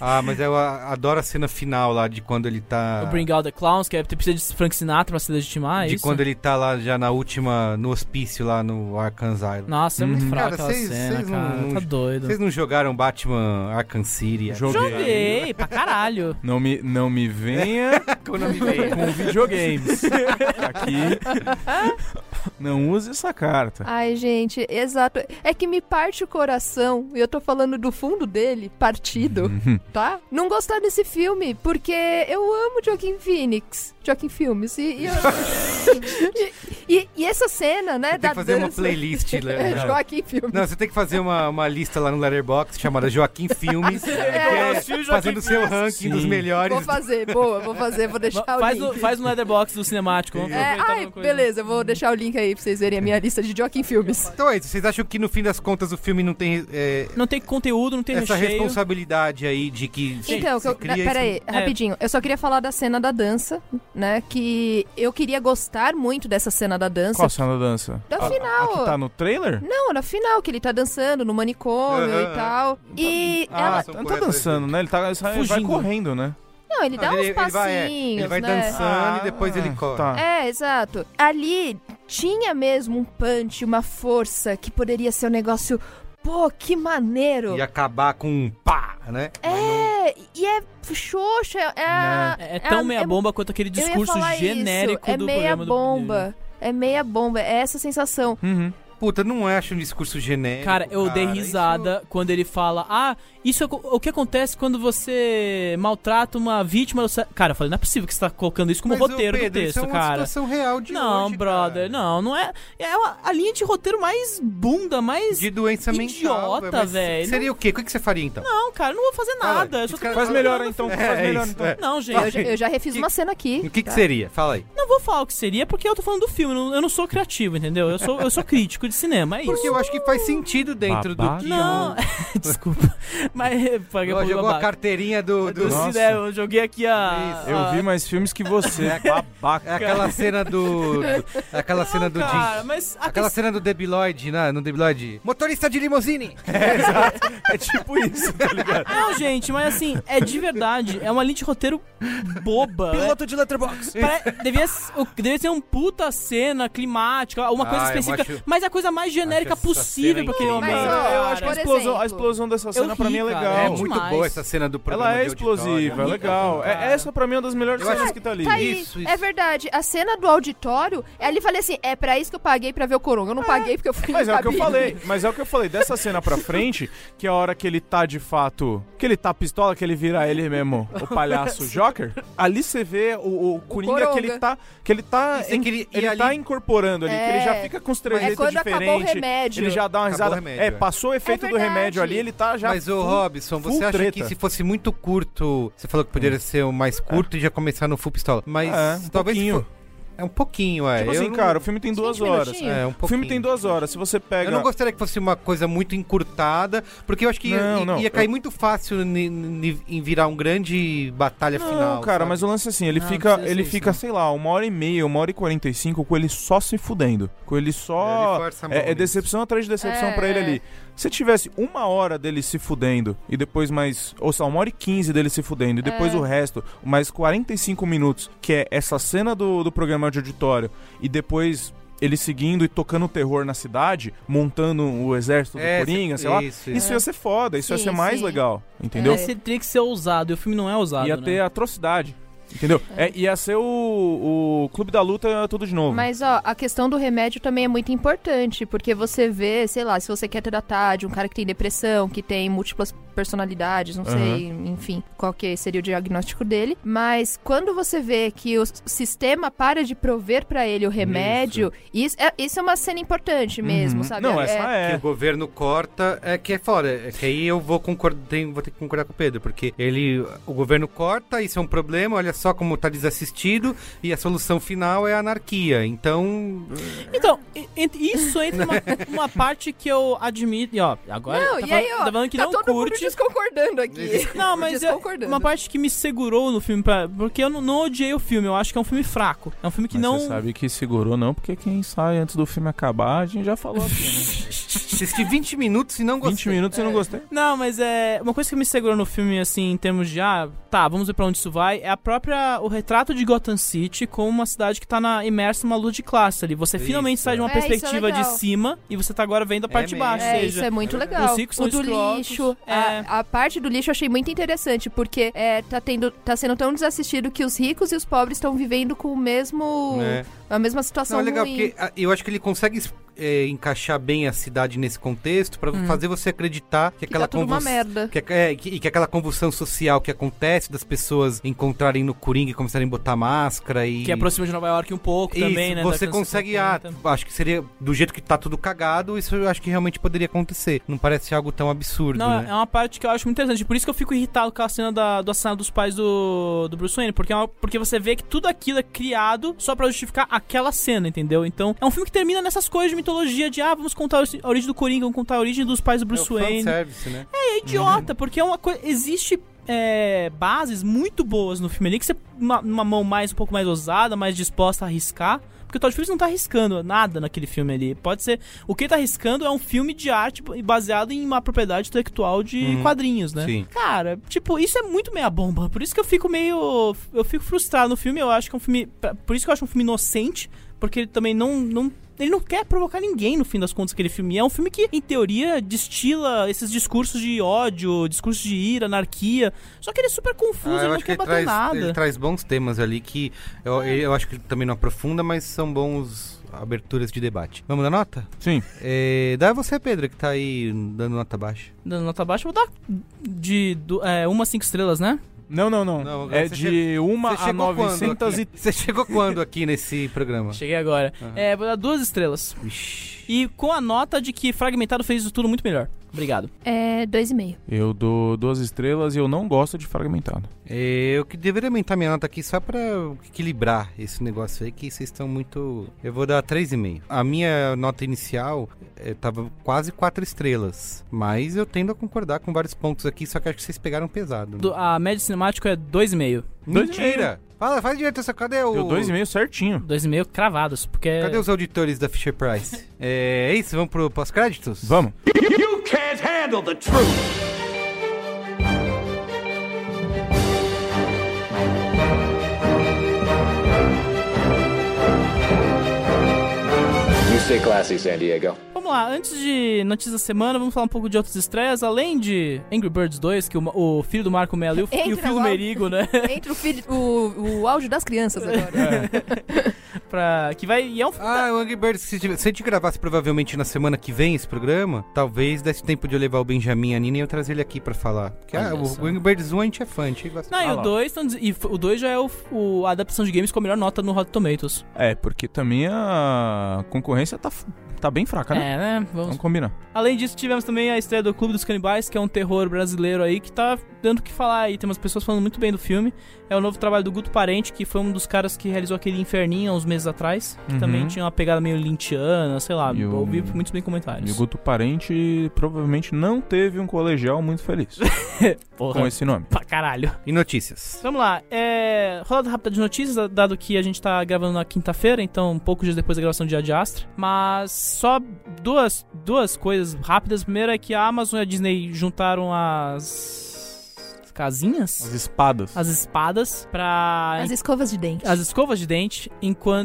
Speaker 2: Ah, mas eu a- adoro a cena final lá de quando ele tá.
Speaker 4: O Bring Out the Clowns, que é precisa de Frank Sinatra pra se legitimar. é
Speaker 2: de
Speaker 4: isso?
Speaker 2: quando ele tá lá já na última, no hospício lá no Arkansas Island.
Speaker 4: Nossa, é muito
Speaker 6: Uhum.
Speaker 4: fraca
Speaker 2: Cara,
Speaker 4: aquela
Speaker 2: vocês-
Speaker 4: cena,
Speaker 2: vocês não-
Speaker 4: cara.
Speaker 2: não-
Speaker 4: Tá doido.
Speaker 2: Vocês não jogaram Batman Arkham City?
Speaker 6: Joguei.
Speaker 4: Joguei pra caralho.
Speaker 6: Não me, não me venha com videogames. Aqui. Não use essa carta.
Speaker 7: Ai, gente, exato. É que me parte o coração, e eu tô falando do fundo dele, partido, tá? Não gostar desse filme, porque eu amo Joaquim Phoenix, Joaquim Filmes, e, e, eu- e, e- e essa cena, né,
Speaker 2: Você
Speaker 7: da
Speaker 2: tem que fazer uma
Speaker 7: dança-
Speaker 2: playlist, né?
Speaker 7: Joaquim Filmes.
Speaker 2: Não, você tem que fazer uma, uma lista lá no Letterboxd chamada Joaquim Filmes, que é,
Speaker 4: Joaquim
Speaker 2: fazendo o seu ranking
Speaker 6: Sim.
Speaker 2: dos melhores.
Speaker 7: Vou fazer, boa, vou fazer, vou deixar o
Speaker 4: Faz,
Speaker 7: link.
Speaker 4: o, faz um letterbox do cinemático. Vamos
Speaker 7: É,
Speaker 4: aproveitar
Speaker 7: ai,
Speaker 4: uma coisa.
Speaker 7: beleza, eu vou deixar o link aí pra vocês verem a minha lista de Joaquim Filmes.
Speaker 2: Então é isso, vocês acham que no fim das contas o filme não tem é,
Speaker 4: Não tem conteúdo, não tem
Speaker 2: essa
Speaker 4: recheio.
Speaker 2: responsabilidade aí de que.
Speaker 7: Então, que
Speaker 2: se
Speaker 7: eu,
Speaker 2: cria
Speaker 7: na- peraí,
Speaker 2: isso-
Speaker 4: É.
Speaker 7: rapidinho. Eu só queria falar da cena da dança, né? Que eu queria gostar muito dessa cena da dança.
Speaker 6: Qual a cena da dança?
Speaker 7: Da
Speaker 6: A- a
Speaker 7: final.
Speaker 6: que tá no trailer?
Speaker 7: Não, na final, que ele tá dançando no manicômio
Speaker 2: Aham.
Speaker 7: e tal. E
Speaker 2: Ah,
Speaker 7: ela.
Speaker 2: são
Speaker 6: Não tá
Speaker 2: corretas.
Speaker 6: dançando, né? Ele tá ele sai- vai
Speaker 4: Fugindo.
Speaker 6: correndo, né?
Speaker 7: Não, ele dá
Speaker 2: Não,
Speaker 7: uns
Speaker 2: ele, ele
Speaker 7: passinhos.
Speaker 2: vai, é, ele vai
Speaker 7: né?
Speaker 2: dançando e depois
Speaker 6: Ah,
Speaker 2: ele corre.
Speaker 6: tá.
Speaker 7: É, exato. Ali tinha mesmo um punch, uma força que poderia ser um negócio. Pô, que maneiro!
Speaker 2: E acabar com um pá, né?
Speaker 7: É, e é xoxa, é,
Speaker 6: Né?
Speaker 7: a-
Speaker 4: É, é
Speaker 7: a-
Speaker 4: tão meia
Speaker 7: é-
Speaker 4: bomba quanto aquele
Speaker 7: eu ia
Speaker 4: discurso
Speaker 7: falar isso,
Speaker 4: genérico
Speaker 7: é
Speaker 4: do
Speaker 7: meia
Speaker 4: programa do
Speaker 7: bomba. É meia bomba, é essa sensação.
Speaker 6: Uhum.
Speaker 2: puta, não acho um discurso genérico.
Speaker 4: Cara, eu dei
Speaker 2: cara. é
Speaker 4: risada quando ele fala: Ah, isso é co- o que acontece quando você maltrata uma vítima. do sa-" Cara, eu falei: Não é possível que você tá colocando isso como
Speaker 2: Mas, ô,
Speaker 4: roteiro
Speaker 2: Pedro,
Speaker 4: do texto,
Speaker 2: isso é uma
Speaker 4: cara.
Speaker 2: situação real de
Speaker 4: Não,
Speaker 2: hoje,
Speaker 4: brother,
Speaker 2: cara.
Speaker 4: não, não é. É uma- a linha de roteiro mais bunda, mais.
Speaker 2: De doença mental.
Speaker 4: Idiota,
Speaker 2: mas
Speaker 4: velho.
Speaker 2: Seria o quê? O que que você faria então?
Speaker 4: Não, cara, eu não vou fazer nada. eu só tô
Speaker 2: Cara,
Speaker 6: Faz
Speaker 4: falando,
Speaker 6: melhor
Speaker 4: não,
Speaker 6: então,
Speaker 2: É,
Speaker 6: faz
Speaker 2: é
Speaker 6: melhor
Speaker 2: isso,
Speaker 6: então.
Speaker 2: é.
Speaker 4: Não, gente.
Speaker 7: Eu já, eu já refiz uma cena aqui. tá?
Speaker 2: O que, que
Speaker 4: tá.
Speaker 2: seria? Fala aí.
Speaker 4: Não vou falar o que seria, porque eu tô falando do filme. não- Eu não sou criativo, entendeu? Eu sou, eu sou crítico de cinema, é isso.
Speaker 2: Porque eu acho que faz sentido dentro
Speaker 6: Babado.
Speaker 2: do que.
Speaker 4: Não, desculpa. Mas é, paguei
Speaker 2: Ela
Speaker 4: um pouco
Speaker 2: jogou a
Speaker 4: babaca. É
Speaker 2: carteirinha do. do-
Speaker 4: do
Speaker 6: Nossa.
Speaker 4: cinema, eu joguei aqui a.
Speaker 6: Eu
Speaker 4: a-
Speaker 6: vi mais filmes que você,
Speaker 2: É
Speaker 6: babaca.
Speaker 2: aquela cena do. do- aquela cena do.
Speaker 4: Cara,
Speaker 2: de-
Speaker 4: mas a
Speaker 2: Aquela cena do Debiloid, né? No Debiloid. Motorista de limusine!
Speaker 6: É tipo isso, tá ligado?
Speaker 4: Não, gente, mas assim, é de verdade. É uma linha de roteiro boba.
Speaker 2: Piloto de letterbox!
Speaker 4: É- pare- devia, s- o- devia ser um puta cena climática, uma coisa
Speaker 2: Ah, eu
Speaker 4: específica,
Speaker 2: acho-
Speaker 4: mas a coisa mais genérica
Speaker 2: acho essa
Speaker 4: possível
Speaker 2: cena
Speaker 4: pra aquele
Speaker 2: incrível.
Speaker 4: homem.
Speaker 7: Mas, ó,
Speaker 4: cara.
Speaker 7: eu acho que
Speaker 6: a
Speaker 7: Por
Speaker 6: explosão,
Speaker 7: exemplo.
Speaker 6: a explosão dessa
Speaker 4: Eu
Speaker 6: cena pra
Speaker 4: ri,
Speaker 6: mim é
Speaker 4: cara,
Speaker 6: legal.
Speaker 2: É
Speaker 4: Não,
Speaker 2: muito
Speaker 4: demais.
Speaker 2: boa essa cena do programa
Speaker 6: Ela é
Speaker 2: de auditório.
Speaker 6: explosiva, é legal.
Speaker 4: cara.
Speaker 6: É, essa pra mim é uma das melhores
Speaker 2: Eu acho
Speaker 6: cenas
Speaker 2: que-
Speaker 6: que tá ali.
Speaker 7: Tá aí,
Speaker 2: Isso,
Speaker 7: é
Speaker 2: isso.
Speaker 7: verdade. A cena do auditório, ele falei assim: é pra isso que eu paguei pra ver o Coronga. Eu não paguei porque eu fui.
Speaker 6: Mas
Speaker 7: no
Speaker 6: é o que eu
Speaker 7: cabine.
Speaker 6: falei, mas é o que eu falei, dessa cena pra frente, que é a hora que ele tá de fato, que ele tá pistola, que ele vira ele mesmo, o palhaço Joker, ali você vê o, o Coringa que ele
Speaker 7: Coronga.
Speaker 6: tá, que ele tá,
Speaker 2: E você
Speaker 6: in-
Speaker 2: que ele- e
Speaker 6: ele tá
Speaker 2: ali-
Speaker 6: incorporando ali, que ele já
Speaker 7: É.
Speaker 6: fica com os
Speaker 7: É
Speaker 6: trejeitos
Speaker 7: quando acabou o
Speaker 6: diferentes,
Speaker 7: remédio.
Speaker 6: ele já dá
Speaker 2: Acabou
Speaker 6: uma
Speaker 2: o
Speaker 6: risada,
Speaker 2: remédio,
Speaker 6: é,
Speaker 2: é.
Speaker 6: passou o efeito do
Speaker 7: verdade.
Speaker 6: remédio ali, ele tá já
Speaker 2: Mas, ô
Speaker 6: full-
Speaker 2: Robson,
Speaker 6: full
Speaker 2: você acha que
Speaker 6: treta. Hum.
Speaker 2: se fosse muito curto. Você falou que poderia ser o mais curto e já começar no full pistola. Mas
Speaker 6: É, um
Speaker 2: talvez.
Speaker 6: pouquinho.
Speaker 2: fo- É um pouquinho, é.
Speaker 6: Tipo
Speaker 2: Eu
Speaker 6: assim,
Speaker 2: não-
Speaker 6: cara, o filme tem duas
Speaker 7: 20
Speaker 6: horas.
Speaker 7: minutinhos.
Speaker 2: É, um
Speaker 6: O filme
Speaker 2: pouquinho.
Speaker 6: tem duas horas, se você pega...
Speaker 2: Eu não gostaria que fosse uma coisa muito encurtada, porque eu acho que ia-
Speaker 6: Não,
Speaker 2: ia,
Speaker 6: não,
Speaker 2: ia cair
Speaker 6: eu-
Speaker 2: muito fácil ni- ni- em virar um grande batalha
Speaker 6: Não,
Speaker 2: final.
Speaker 6: cara,
Speaker 2: sabe?
Speaker 6: mas o lance é assim, ele
Speaker 4: Não,
Speaker 6: fica,
Speaker 4: precisa ser
Speaker 6: ele
Speaker 4: isso,
Speaker 6: fica,
Speaker 7: né?
Speaker 4: não.
Speaker 6: sei lá, uma hora e meia, uma hora e quarenta e cinco com ele só se fudendo. Com ele
Speaker 2: Ele
Speaker 6: só.
Speaker 2: força a mão
Speaker 6: É, é
Speaker 2: nisso.
Speaker 6: decepção atrás de decepção
Speaker 7: É,
Speaker 6: pra ele
Speaker 7: é.
Speaker 6: ali. Se tivesse uma hora dele se fudendo e depois mais. Ou só, uma hora e quinze dele se fudendo e depois
Speaker 7: É.
Speaker 6: o resto, mais 45 minutos, que é essa cena do, do programa de auditório e depois. Ele seguindo e tocando terror na cidade, montando o exército do
Speaker 2: É,
Speaker 6: Coringa, sei
Speaker 2: isso,
Speaker 6: lá.
Speaker 2: isso.
Speaker 6: Isso, ia ser foda, isso ia
Speaker 7: Sim,
Speaker 6: ser mais
Speaker 7: sim. É.
Speaker 6: legal, entendeu?
Speaker 4: Mas ele teria que ser ousado, e o filme não é ousado.
Speaker 6: ia
Speaker 4: né?
Speaker 6: ter atrocidade. Entendeu? É, ia ser o, o Clube da Luta tudo de novo.
Speaker 7: Mas, ó, a questão do remédio também é muito importante, porque você vê, sei lá, se você quer tratar de um cara que tem depressão, que tem múltiplas personalidades, não sei, enfim, qual que seria o diagnóstico dele, mas quando você vê que o s- sistema para de prover pra ele o remédio, isso, é, isso é uma cena importante mesmo,
Speaker 6: Uhum.
Speaker 7: sabe?
Speaker 6: Não,
Speaker 7: É-
Speaker 6: essa
Speaker 2: Que o
Speaker 6: é.
Speaker 2: governo corta, é que é foda. É que aí eu vou concordar, tenho- vou ter que concordar com o Pedro, porque ele, o governo corta, isso é um problema, olha só como tá desassistido, e a solução final é a anarquia. Então,
Speaker 4: Então, e- ent- isso entra uma, uma parte que eu admito. E ó, agora.
Speaker 7: Não,
Speaker 4: tá
Speaker 7: e aí,
Speaker 4: falando-
Speaker 7: ó,
Speaker 4: tá falando que
Speaker 7: tá
Speaker 4: não
Speaker 7: todo mundo
Speaker 4: curte.
Speaker 7: desconcordando aqui.
Speaker 4: Não, mas é
Speaker 7: Desconcordando.
Speaker 4: uma parte que me segurou no filme, pra, porque eu não, não odiei o filme, eu acho que é um filme fraco. É um filme que
Speaker 6: Mas
Speaker 4: não.
Speaker 6: Você sabe que segurou não, porque quem sai antes do filme acabar, a gente já falou aqui, né?
Speaker 2: assisti 20 minutos e não
Speaker 6: 20
Speaker 2: gostei.
Speaker 6: minutos eu não gostei.
Speaker 4: Não, mas é. Uma coisa que me segurou no filme, assim, em termos de, ah, tá, vamos ver pra onde isso vai, é a própria. o retrato de Gotham City como uma cidade que tá na, imersa numa luta de classe ali. Você
Speaker 2: Isso,
Speaker 4: finalmente sai de uma
Speaker 7: é. É, isso é
Speaker 4: perspectiva de
Speaker 7: legal.
Speaker 4: cima e você tá agora vendo a
Speaker 2: É
Speaker 4: parte de baixo.
Speaker 2: mesmo.
Speaker 4: ou
Speaker 7: É,
Speaker 4: seja,
Speaker 7: isso é muito
Speaker 4: os
Speaker 7: legal.
Speaker 4: ricos são
Speaker 7: o do
Speaker 4: escrotos,
Speaker 7: lixo,
Speaker 4: é.
Speaker 7: a, a parte do lixo eu achei muito interessante, porque é, tá, tendo, tá sendo tão desassistido que os ricos e os pobres estão vivendo com o mesmo.
Speaker 2: É.
Speaker 7: a mesma
Speaker 2: Não,
Speaker 7: situação
Speaker 2: é legal,
Speaker 7: ruim.
Speaker 2: porque ah, eu acho que ele consegue es- eh, encaixar bem a cidade nesse contexto pra fazer você acreditar que,
Speaker 7: Hum. Que
Speaker 2: aquela
Speaker 7: tá tudo uma
Speaker 2: convulsão.
Speaker 7: merda.
Speaker 2: Que, é, que, e que aquela convulsão social que acontece das pessoas encontrarem no Coringa e começarem a botar máscara e.
Speaker 4: Que aproxima de Nova York um pouco
Speaker 2: Isso,
Speaker 4: também, então. né?
Speaker 2: você
Speaker 4: da
Speaker 2: consegue, ah,
Speaker 4: 1970.
Speaker 2: acho que seria, do jeito que tá tudo cagado, isso eu acho que realmente poderia acontecer. Não parece algo tão absurdo,
Speaker 4: Não,
Speaker 2: né?
Speaker 4: é uma parte que eu acho muito interessante. Por isso que eu fico irritado com a cena da, do assassinato dos pais do, do Bruce Wayne. Porque, é uma- porque você vê que tudo aquilo é criado só pra justificar aquela cena, entendeu? Então, é um filme que termina nessas coisas de mitologia de, ah, vamos contar a origem do Coringa, vamos contar a origem dos pais do Bruce
Speaker 2: é o
Speaker 4: Wayne.
Speaker 2: fanservice, né?
Speaker 4: É idiota, porque é uma coisa... Existe... é, bases muito boas no filme ali, que você, uma, uma mão mais um pouco mais ousada, mais disposta a arriscar. Porque o Todd Phillips não tá arriscando nada naquele filme ali. Pode ser. O que ele tá arriscando é um filme de arte baseado em uma propriedade intelectual de quadrinhos, né?
Speaker 2: Sim.
Speaker 4: Cara, tipo, isso é muito meia bomba. Por isso que eu fico meio. Eu fico frustrado no filme. Eu acho que é um filme. Por isso que eu acho um filme inocente. Porque ele também não. não ele não quer provocar ninguém no fim das contas aquele filme. E é um filme que, em teoria, destila esses discursos de ódio, discursos de ira, anarquia. Só que ele é super confuso,
Speaker 2: Ah,
Speaker 4: ele não
Speaker 2: acho que
Speaker 4: quer
Speaker 2: ele
Speaker 4: bater
Speaker 2: traz,
Speaker 4: nada.
Speaker 2: ele tá- traz bons temas ali que eu, eu acho que ele também não aprofunda, mas são bons aberturas de debate. Vamos dar nota?
Speaker 6: Sim.
Speaker 2: É, dá você, Pedro, que tá aí dando nota baixa.
Speaker 4: Dando nota baixa, eu vou dar de do, é, uma a cinco estrelas, né?
Speaker 6: Não, não, não.
Speaker 2: Não,
Speaker 6: é
Speaker 2: você
Speaker 6: de 1
Speaker 2: Você
Speaker 6: a
Speaker 2: chegou quando
Speaker 6: 900 e...
Speaker 2: aqui? Você chegou quando aqui nesse programa?
Speaker 4: Cheguei agora.
Speaker 2: Uhum.
Speaker 4: É, vou dar duas estrelas. E com a nota de que Fragmentado fez isso tudo muito melhor. Obrigado.
Speaker 9: É, dois e meio.
Speaker 6: Eu dou duas estrelas e eu não gosto de fragmentado.
Speaker 2: É, Eu que deveria aumentar minha nota aqui só pra equilibrar esse negócio aí, que vocês estão muito. Eu vou dar 3,5. A minha nota inicial eh, tava quase 4 estrelas. Mas eu tendo a concordar com vários pontos aqui, só que acho que vocês pegaram pesado. né?
Speaker 4: Do- a média cinemática é 2,5.
Speaker 6: dois e
Speaker 2: Mentira! Fala, faz direito essa. Cadê o.
Speaker 6: Deu dois e meio certinho.
Speaker 4: 2,5 cravados, porque.
Speaker 2: Cadê os auditores da Fisher Price? é, é isso, vamos pro pós-créditos?
Speaker 6: Vamos.
Speaker 10: You can't handle the truth!
Speaker 8: You stay classy, San Diego.
Speaker 4: Vamos lá, antes de notícias da semana, vamos falar um pouco de outras estreias, além de Angry Birds 2, que o, Ma- o filho do Marco Mello e o,
Speaker 7: Entra
Speaker 4: e o filho do
Speaker 7: logo.
Speaker 4: Merigo, né?
Speaker 7: Entre o, filho, o, o áudio das crianças né? agora.
Speaker 4: pra, que vai. E é um filme
Speaker 2: Ah, o Angry Birds, se, tiver- se a gente gravasse provavelmente na semana que vem esse programa, talvez desse tempo de eu levar o Benjamin e a Nina e eu trazer ele aqui pra falar. Porque ah,
Speaker 4: Olha
Speaker 2: o,
Speaker 4: só.
Speaker 2: o Angry Birds 1 a gente é fã, a gente gosta.
Speaker 4: Não,
Speaker 6: Ah
Speaker 4: né? e
Speaker 6: lá.
Speaker 4: o 2, tão diz- e f- o 2 já é o, o- a adaptação de games com a melhor nota no Rotten Tomatoes.
Speaker 6: É, porque também a concorrência tá, f- tá bem fraca,
Speaker 4: É,
Speaker 6: né?
Speaker 4: né? Vamos.
Speaker 6: Vamos combinar.
Speaker 4: Além disso, tivemos também a estreia do Clube dos Canibais, que é um terror brasileiro aí que tá dando o que falar aí. Tem umas pessoas falando muito bem do filme. É o novo trabalho do Guto Parente, que foi um dos caras que realizou aquele Inferninho há uns meses atrás, que
Speaker 6: Uhum.
Speaker 4: também tinha uma pegada meio lintiana, sei lá.
Speaker 6: E o-
Speaker 4: Ouvi muitos bem
Speaker 6: E o
Speaker 4: comentários.
Speaker 6: Guto Parente provavelmente não teve um colegial muito feliz com
Speaker 4: Porra,
Speaker 6: esse nome.
Speaker 4: pra caralho.
Speaker 2: E notícias?
Speaker 4: Vamos lá, é... rolada rápida de notícias, dado que a gente tá gravando na quinta-feira, então poucos dias depois da gravação do Dia de Astra. Mas só duas, duas coisas rápidas. Primeiro é que a Amazon e a Disney juntaram as, as
Speaker 6: As
Speaker 4: casinhas,
Speaker 6: espadas.
Speaker 4: as espadas, pra...
Speaker 9: As escovas de dente.
Speaker 4: As escovas de dente,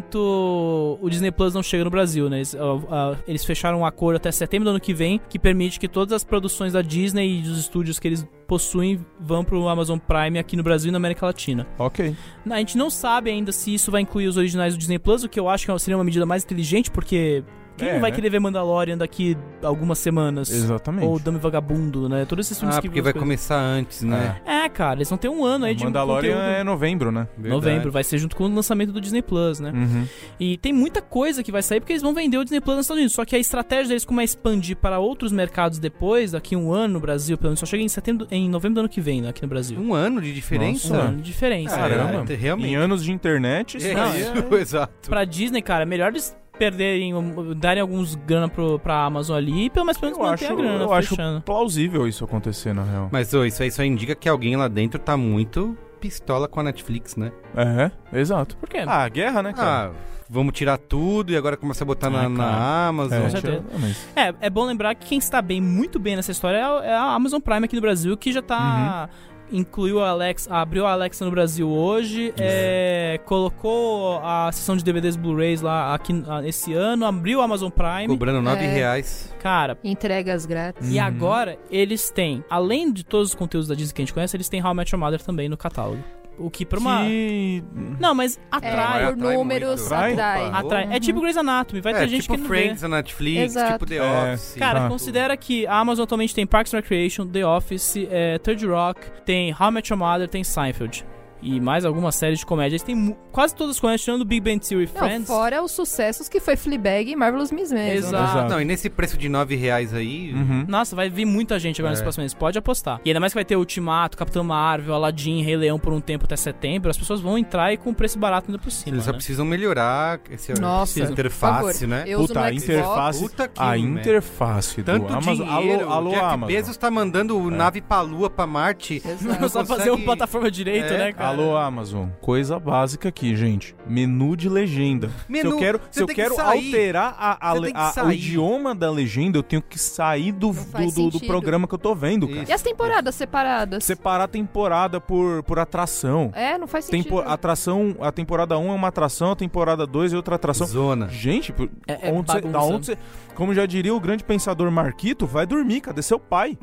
Speaker 4: enquanto o Disney Plus não chega no Brasil, né? Eles, ó, ó, eles fecharam um acordo até setembro do ano que vem que permite que todas as produções da Disney e dos estúdios que eles possuem vão pro Amazon Prime aqui no Brasil e na América Latina.
Speaker 6: Ok.
Speaker 4: A gente não sabe ainda se isso vai incluir os originais do Disney Plus, o que eu acho que seria uma medida mais inteligente, porque quem
Speaker 6: É,
Speaker 4: não vai
Speaker 6: né?
Speaker 4: querer ver Mandalorian daqui algumas semanas?
Speaker 6: Exatamente.
Speaker 4: Ou Dame Vagabundo, né? Todos esses filmes
Speaker 2: Ah,
Speaker 4: que
Speaker 2: porque
Speaker 4: as
Speaker 2: vai
Speaker 4: coisas-
Speaker 2: começar antes, né?
Speaker 4: É, cara, eles vão ter um ano aí de
Speaker 6: Mandalorian
Speaker 4: conteúdo.
Speaker 6: é novembro, né?
Speaker 2: Verdade.
Speaker 4: Novembro, vai ser junto com o lançamento do Disney Plus, né?
Speaker 6: Uhum.
Speaker 4: E tem muita coisa que vai sair porque eles vão vender o Disney Plus nos Estados Unidos. Só que a estratégia deles, como é expandir para outros mercados depois, daqui um ano no Brasil, pelo menos, só chega em setembro, em novembro do ano que vem, né, aqui no Brasil.
Speaker 2: Um ano de diferença?
Speaker 4: Um ano de diferença.
Speaker 2: Caramba.
Speaker 4: né?
Speaker 2: é, realmente.
Speaker 6: Em anos de internet, isso
Speaker 2: É,
Speaker 6: daí é-
Speaker 2: isso, exato.
Speaker 4: pra Disney, cara, é melhor eles perderem, um- darem alguns grana pro, pra Amazon ali e pelo mais pelo menos
Speaker 6: eu
Speaker 4: manter
Speaker 6: acho,
Speaker 4: a grana
Speaker 6: eu acho
Speaker 4: fechando.
Speaker 6: plausível isso acontecer, na real.
Speaker 2: Mas ô, isso aí só indica que alguém lá dentro tá muito pistola com a Netflix, né?
Speaker 6: É, exato.
Speaker 4: Por quê?
Speaker 6: Ah, guerra, né,
Speaker 2: Ah,
Speaker 6: cara?
Speaker 2: vamos tirar tudo e agora começa a botar na,
Speaker 4: É Ah,
Speaker 2: na
Speaker 4: cara.
Speaker 2: Amazon.
Speaker 6: é,
Speaker 4: com certeza.
Speaker 6: tira- ah, mas-
Speaker 4: É, é bom lembrar que quem está bem, muito bem nessa história é a, é a Amazon Prime aqui no Brasil, que já tá.
Speaker 2: Uhum.
Speaker 4: Incluiu a Alexa, abriu a Alexa no Brasil hoje, é, colocou a sessão de DVDs Blu-rays lá aqui ah, esse ano, abriu a Amazon Prime.
Speaker 2: Cobrando 9
Speaker 7: É.
Speaker 2: reais.
Speaker 4: Cara,
Speaker 7: Entregas grátis.
Speaker 2: Uhum.
Speaker 4: E agora, eles têm, além de todos os conteúdos da Disney que a gente conhece, eles têm How I Met Your Mother também no catálogo. O que pra uma.
Speaker 6: Que-
Speaker 4: Não, mas atrai.
Speaker 7: É, por números,
Speaker 6: Atrai?
Speaker 7: atrai.
Speaker 2: Opa.
Speaker 4: atrai. É tipo Grey's Anatomy, vai
Speaker 2: é,
Speaker 4: ter gente
Speaker 2: tipo
Speaker 4: que não
Speaker 2: Friends
Speaker 4: vê.
Speaker 2: na Netflix,
Speaker 7: Exato.
Speaker 2: tipo The
Speaker 6: É.
Speaker 2: Office.
Speaker 4: Cara,
Speaker 6: Ah.
Speaker 4: considera que a Amazon atualmente tem Parks and Recreation, The Office, é, Third Rock, tem How I Met Your Mother, tem Seinfeld. E mais algumas séries de comédia. Eles têm mu- quase todas as comédias, tirando Big Bang Theory e
Speaker 7: Não,
Speaker 4: Friends.
Speaker 7: fora né? os sucessos que foi Fleabag e Marvelous Miss Maisel.
Speaker 4: Exato.
Speaker 6: Exato.
Speaker 2: Não, e nesse preço de 9 reais aí,
Speaker 6: Uhum.
Speaker 4: Nossa, vai vir muita gente agora nos
Speaker 2: É.
Speaker 4: próximos meses, pode apostar. E ainda mais que vai ter Ultimato, Capitão Marvel, Aladdin, Rei Leão por um tempo até setembro, as pessoas vão entrar e com um preço barato ainda por cima.
Speaker 2: eles só
Speaker 4: né?
Speaker 2: precisam melhorar esse
Speaker 7: Nossa,
Speaker 2: essa
Speaker 7: por favor.
Speaker 2: interface, né?
Speaker 7: Eu uso
Speaker 6: Puta,
Speaker 7: no
Speaker 6: a
Speaker 7: Xbox.
Speaker 6: interface.
Speaker 2: Puta que
Speaker 6: a
Speaker 2: merda.
Speaker 6: interface
Speaker 2: Tanto
Speaker 6: do Amazon.
Speaker 2: dinheiro,
Speaker 6: Alô, alô
Speaker 2: Jeff
Speaker 6: Amazon. É.
Speaker 2: Bezos tá mandando nave pra lua, pra Marte.
Speaker 7: Exato.
Speaker 4: Só fazer
Speaker 2: consegue-
Speaker 6: um
Speaker 4: uma plataforma direito,
Speaker 2: É,
Speaker 4: né, cara?
Speaker 6: Alô, Amazon. Coisa básica aqui, gente. Menu de legenda. se
Speaker 2: Menu,
Speaker 6: eu quero,
Speaker 2: você
Speaker 6: se eu
Speaker 2: tem que
Speaker 6: quero
Speaker 2: sair.
Speaker 6: alterar a- a
Speaker 2: Você
Speaker 6: le-
Speaker 2: tem que
Speaker 6: a- o
Speaker 2: sair.
Speaker 6: idioma da legenda, eu tenho que sair do,
Speaker 7: faz
Speaker 6: do, do- do
Speaker 7: sentido.
Speaker 6: programa que eu tô vendo, cara.
Speaker 7: E as temporadas separadas?
Speaker 6: Separar a temporada por, por atração.
Speaker 7: É, não faz sentido.
Speaker 6: Tempo, atração, a temporada 1 é uma atração, a temporada 2 é outra atração.
Speaker 2: Zona.
Speaker 6: Gente, por-
Speaker 4: É- é
Speaker 6: onde cê- da
Speaker 4: bagunça.
Speaker 6: onde você. Como já diria o grande pensador Marquito, vai dormir, cadê seu pai?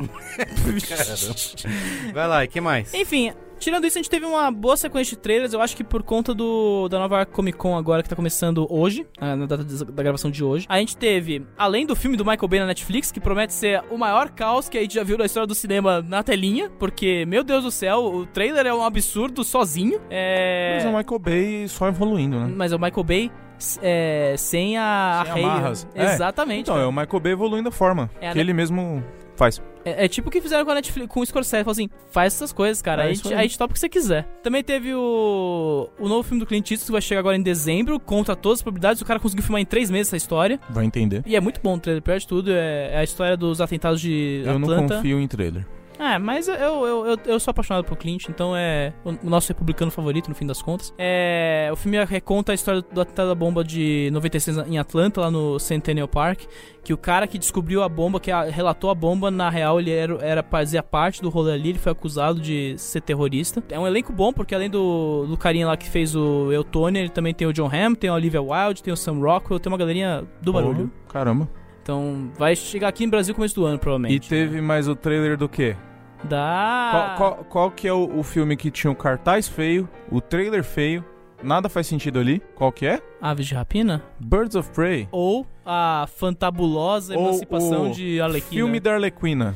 Speaker 2: Vai lá, e que mais?
Speaker 4: Enfim, tirando isso, a gente teve uma boa sequência de trailers. Eu acho que por conta do da nova Comic Con agora, que tá começando hoje, ah, na data des- da gravação de hoje. A gente teve, além do filme do Michael Bay na Netflix, que promete ser o maior caos que a gente já viu na história do cinema na telinha, porque, meu Deus do céu, o trailer é um absurdo sozinho. É...
Speaker 6: Mas o Michael Bay só evoluindo, né?
Speaker 4: Mas é o Michael Bay s- é, sem a
Speaker 6: Sem
Speaker 4: a rei-
Speaker 6: amarras. É.
Speaker 4: Exatamente.
Speaker 6: Então, é o Michael Bay evoluindo a forma
Speaker 4: É,
Speaker 6: que
Speaker 4: né?
Speaker 6: ele mesmo faz.
Speaker 4: É, é tipo o que fizeram com a Netflix, com o Scorsese. Falam assim, faz essas coisas, cara.
Speaker 6: É
Speaker 4: aí,
Speaker 6: isso
Speaker 4: te-
Speaker 6: aí.
Speaker 4: aí te topa o que você quiser. Também teve o, o novo filme do Clint Eastwood, que vai chegar agora em dezembro. Contra todas as probabilidades, o cara conseguiu filmar em três meses essa história.
Speaker 6: Vai entender.
Speaker 4: E é muito bom o trailer, pior de tudo. É, é a história dos atentados de
Speaker 6: Eu
Speaker 4: Atlanta.
Speaker 6: não confio em trailer.
Speaker 4: É, mas eu, eu, eu, eu sou apaixonado por Clint, então é o, o nosso republicano favorito, no fim das contas. É, o filme reconta a história do atentado à bomba de 96 em Atlanta, lá no Centennial Park, que o cara que descobriu a bomba, que a- relatou a bomba, na real ele era, era fazia parte do rolê ali, ele foi acusado de ser terrorista. É um elenco bom, porque além do, do carinha lá que fez o Eu, Tony, ele também tem o John Hamm, tem a Olivia Wilde, tem o Sam Rockwell, tem uma galerinha do barulho.
Speaker 6: Oh, Caramba.
Speaker 4: Então vai chegar aqui no Brasil no começo do ano,
Speaker 6: E
Speaker 4: provavelmente.
Speaker 6: teve mais o trailer do quê?
Speaker 4: Da...
Speaker 6: Qual, qual- qual que é o, o filme que tinha o cartaz feio, o trailer feio, nada faz sentido ali? Qual que é?
Speaker 4: Aves de Rapina?
Speaker 6: Birds of Prey.
Speaker 4: Ou a fantabulosa
Speaker 6: Ou
Speaker 4: emancipação
Speaker 6: o
Speaker 4: de Arlequina?
Speaker 6: Filme da Arlequina.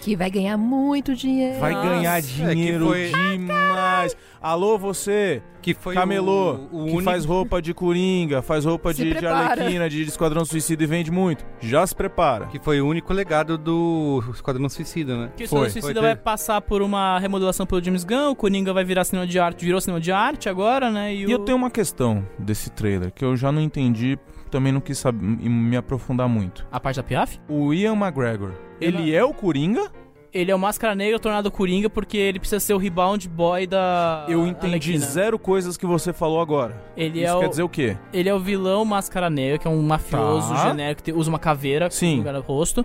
Speaker 7: Que vai ganhar muito dinheiro.
Speaker 6: Vai
Speaker 4: Nossa,
Speaker 6: ganhar
Speaker 2: é que
Speaker 6: dinheiro
Speaker 2: foi-
Speaker 6: demais. Alô, você
Speaker 2: Que foi
Speaker 6: Camelô,
Speaker 2: o,
Speaker 6: que
Speaker 2: o único...
Speaker 6: faz roupa de Coringa, faz roupa
Speaker 7: Se
Speaker 6: de, de
Speaker 7: prepara.
Speaker 6: Arlequina, de Esquadrão Suicida e vende muito. Já se prepara.
Speaker 2: Que foi o único legado do Esquadrão Suicida, né?
Speaker 4: Porque o Esquadrão
Speaker 6: Foi.
Speaker 4: Suicida
Speaker 2: Foi,
Speaker 4: vai
Speaker 2: teve.
Speaker 4: passar por uma remodelação pelo James Gunn, o Coringa vai virar cinema de arte, virou cinema de arte agora, né? E, o...
Speaker 6: E eu tenho uma questão desse trailer que eu já não entendi, também não quis saber, e me aprofundar muito.
Speaker 4: A parte da Piaf?
Speaker 6: O Ian McGregor, ele é o Coringa?
Speaker 4: Ele é o Máscara Negra tornado Coringa porque ele precisa ser o rebound boy da
Speaker 6: Eu entendi
Speaker 4: Ah, Arlequina.
Speaker 6: zero coisas que você falou agora.
Speaker 4: Ele
Speaker 6: Isso
Speaker 4: é
Speaker 6: quer
Speaker 4: o...
Speaker 6: dizer o quê?
Speaker 4: Ele é o vilão Máscara Negra, que é um mafioso
Speaker 6: Tá.
Speaker 4: genérico, que usa uma caveira
Speaker 6: Sim.
Speaker 4: no lugar do rosto.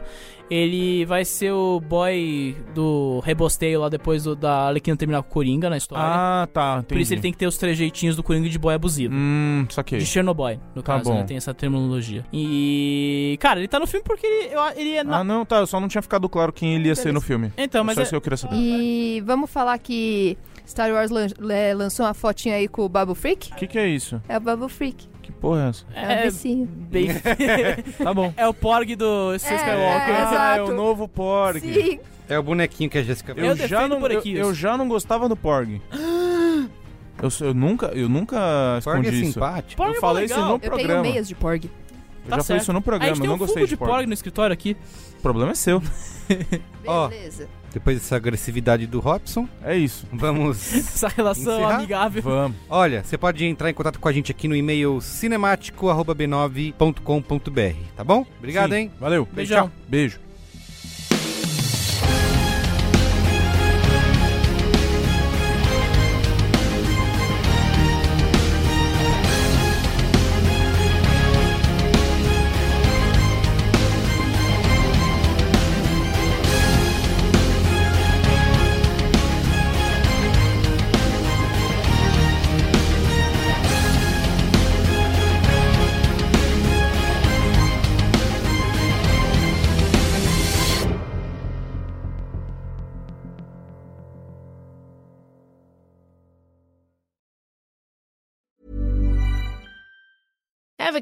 Speaker 4: Ele vai ser o boy do rebosteio lá depois do, da Arlequina terminar com o Coringa na história.
Speaker 6: Ah, tá, entendi.
Speaker 4: Por isso ele tem que ter os trejeitinhos do Coringa de boy abusivo.
Speaker 6: Hum, saquei.
Speaker 4: De Chernobyl, no
Speaker 6: Tá
Speaker 4: caso,
Speaker 6: bom.
Speaker 4: né? Tem essa terminologia. E. Cara, ele tá no filme porque ele, eu- ele é. na-
Speaker 6: Ah, não, tá, eu só não tinha ficado claro quem ele ia ser no filme.
Speaker 4: Então, mas.
Speaker 6: só
Speaker 4: é-
Speaker 6: isso que eu queria saber.
Speaker 7: E vamos falar que Star Wars lan- le- lançou uma fotinha aí com o Babu Freak?
Speaker 6: O que, que é isso?
Speaker 7: É o Babu Freak.
Speaker 6: Que porra é essa?
Speaker 7: É, um bichinho.
Speaker 4: bem.
Speaker 6: Tá bom.
Speaker 4: é o Porg do Seu
Speaker 7: É,
Speaker 4: Skywalker.
Speaker 7: é,
Speaker 6: Ah, é o
Speaker 7: exato.
Speaker 6: novo Porg.
Speaker 7: Sim.
Speaker 2: É o bonequinho que a Jessica
Speaker 4: Eu defendo
Speaker 6: não,
Speaker 4: Porequios.
Speaker 6: Eu, eu já não gostava do Porg. Eu, sou- eu nunca, eu nunca
Speaker 2: Porg é
Speaker 6: escondi isso.
Speaker 2: simpático.
Speaker 4: Porg é
Speaker 6: eu
Speaker 4: mó
Speaker 6: falei isso
Speaker 4: legal.
Speaker 6: no
Speaker 7: Eu tenho
Speaker 6: programa.
Speaker 7: meias de Porg.
Speaker 6: Eu
Speaker 4: Tá
Speaker 6: já falei
Speaker 4: certo.
Speaker 6: isso no
Speaker 4: A
Speaker 6: programa,
Speaker 4: gente
Speaker 6: eu
Speaker 4: tem
Speaker 6: não
Speaker 4: um
Speaker 6: gostei
Speaker 4: fundo
Speaker 6: de
Speaker 4: de
Speaker 6: Porg.
Speaker 4: Porg no escritório aqui.
Speaker 6: O problema é seu.
Speaker 2: Ó.
Speaker 7: Beleza.
Speaker 2: Depois dessa agressividade do Robson,
Speaker 6: É isso.
Speaker 2: vamos...
Speaker 4: Essa relação
Speaker 2: Encerrar?
Speaker 4: amigável.
Speaker 6: Vamos.
Speaker 2: Olha, você pode entrar em contato com a gente aqui no e-mail cinemático.b9.com.br, tá bom? Obrigado,
Speaker 6: Sim,
Speaker 2: hein?
Speaker 6: Valeu.
Speaker 4: Beijão.
Speaker 6: Tchau. Beijo.
Speaker 11: Ever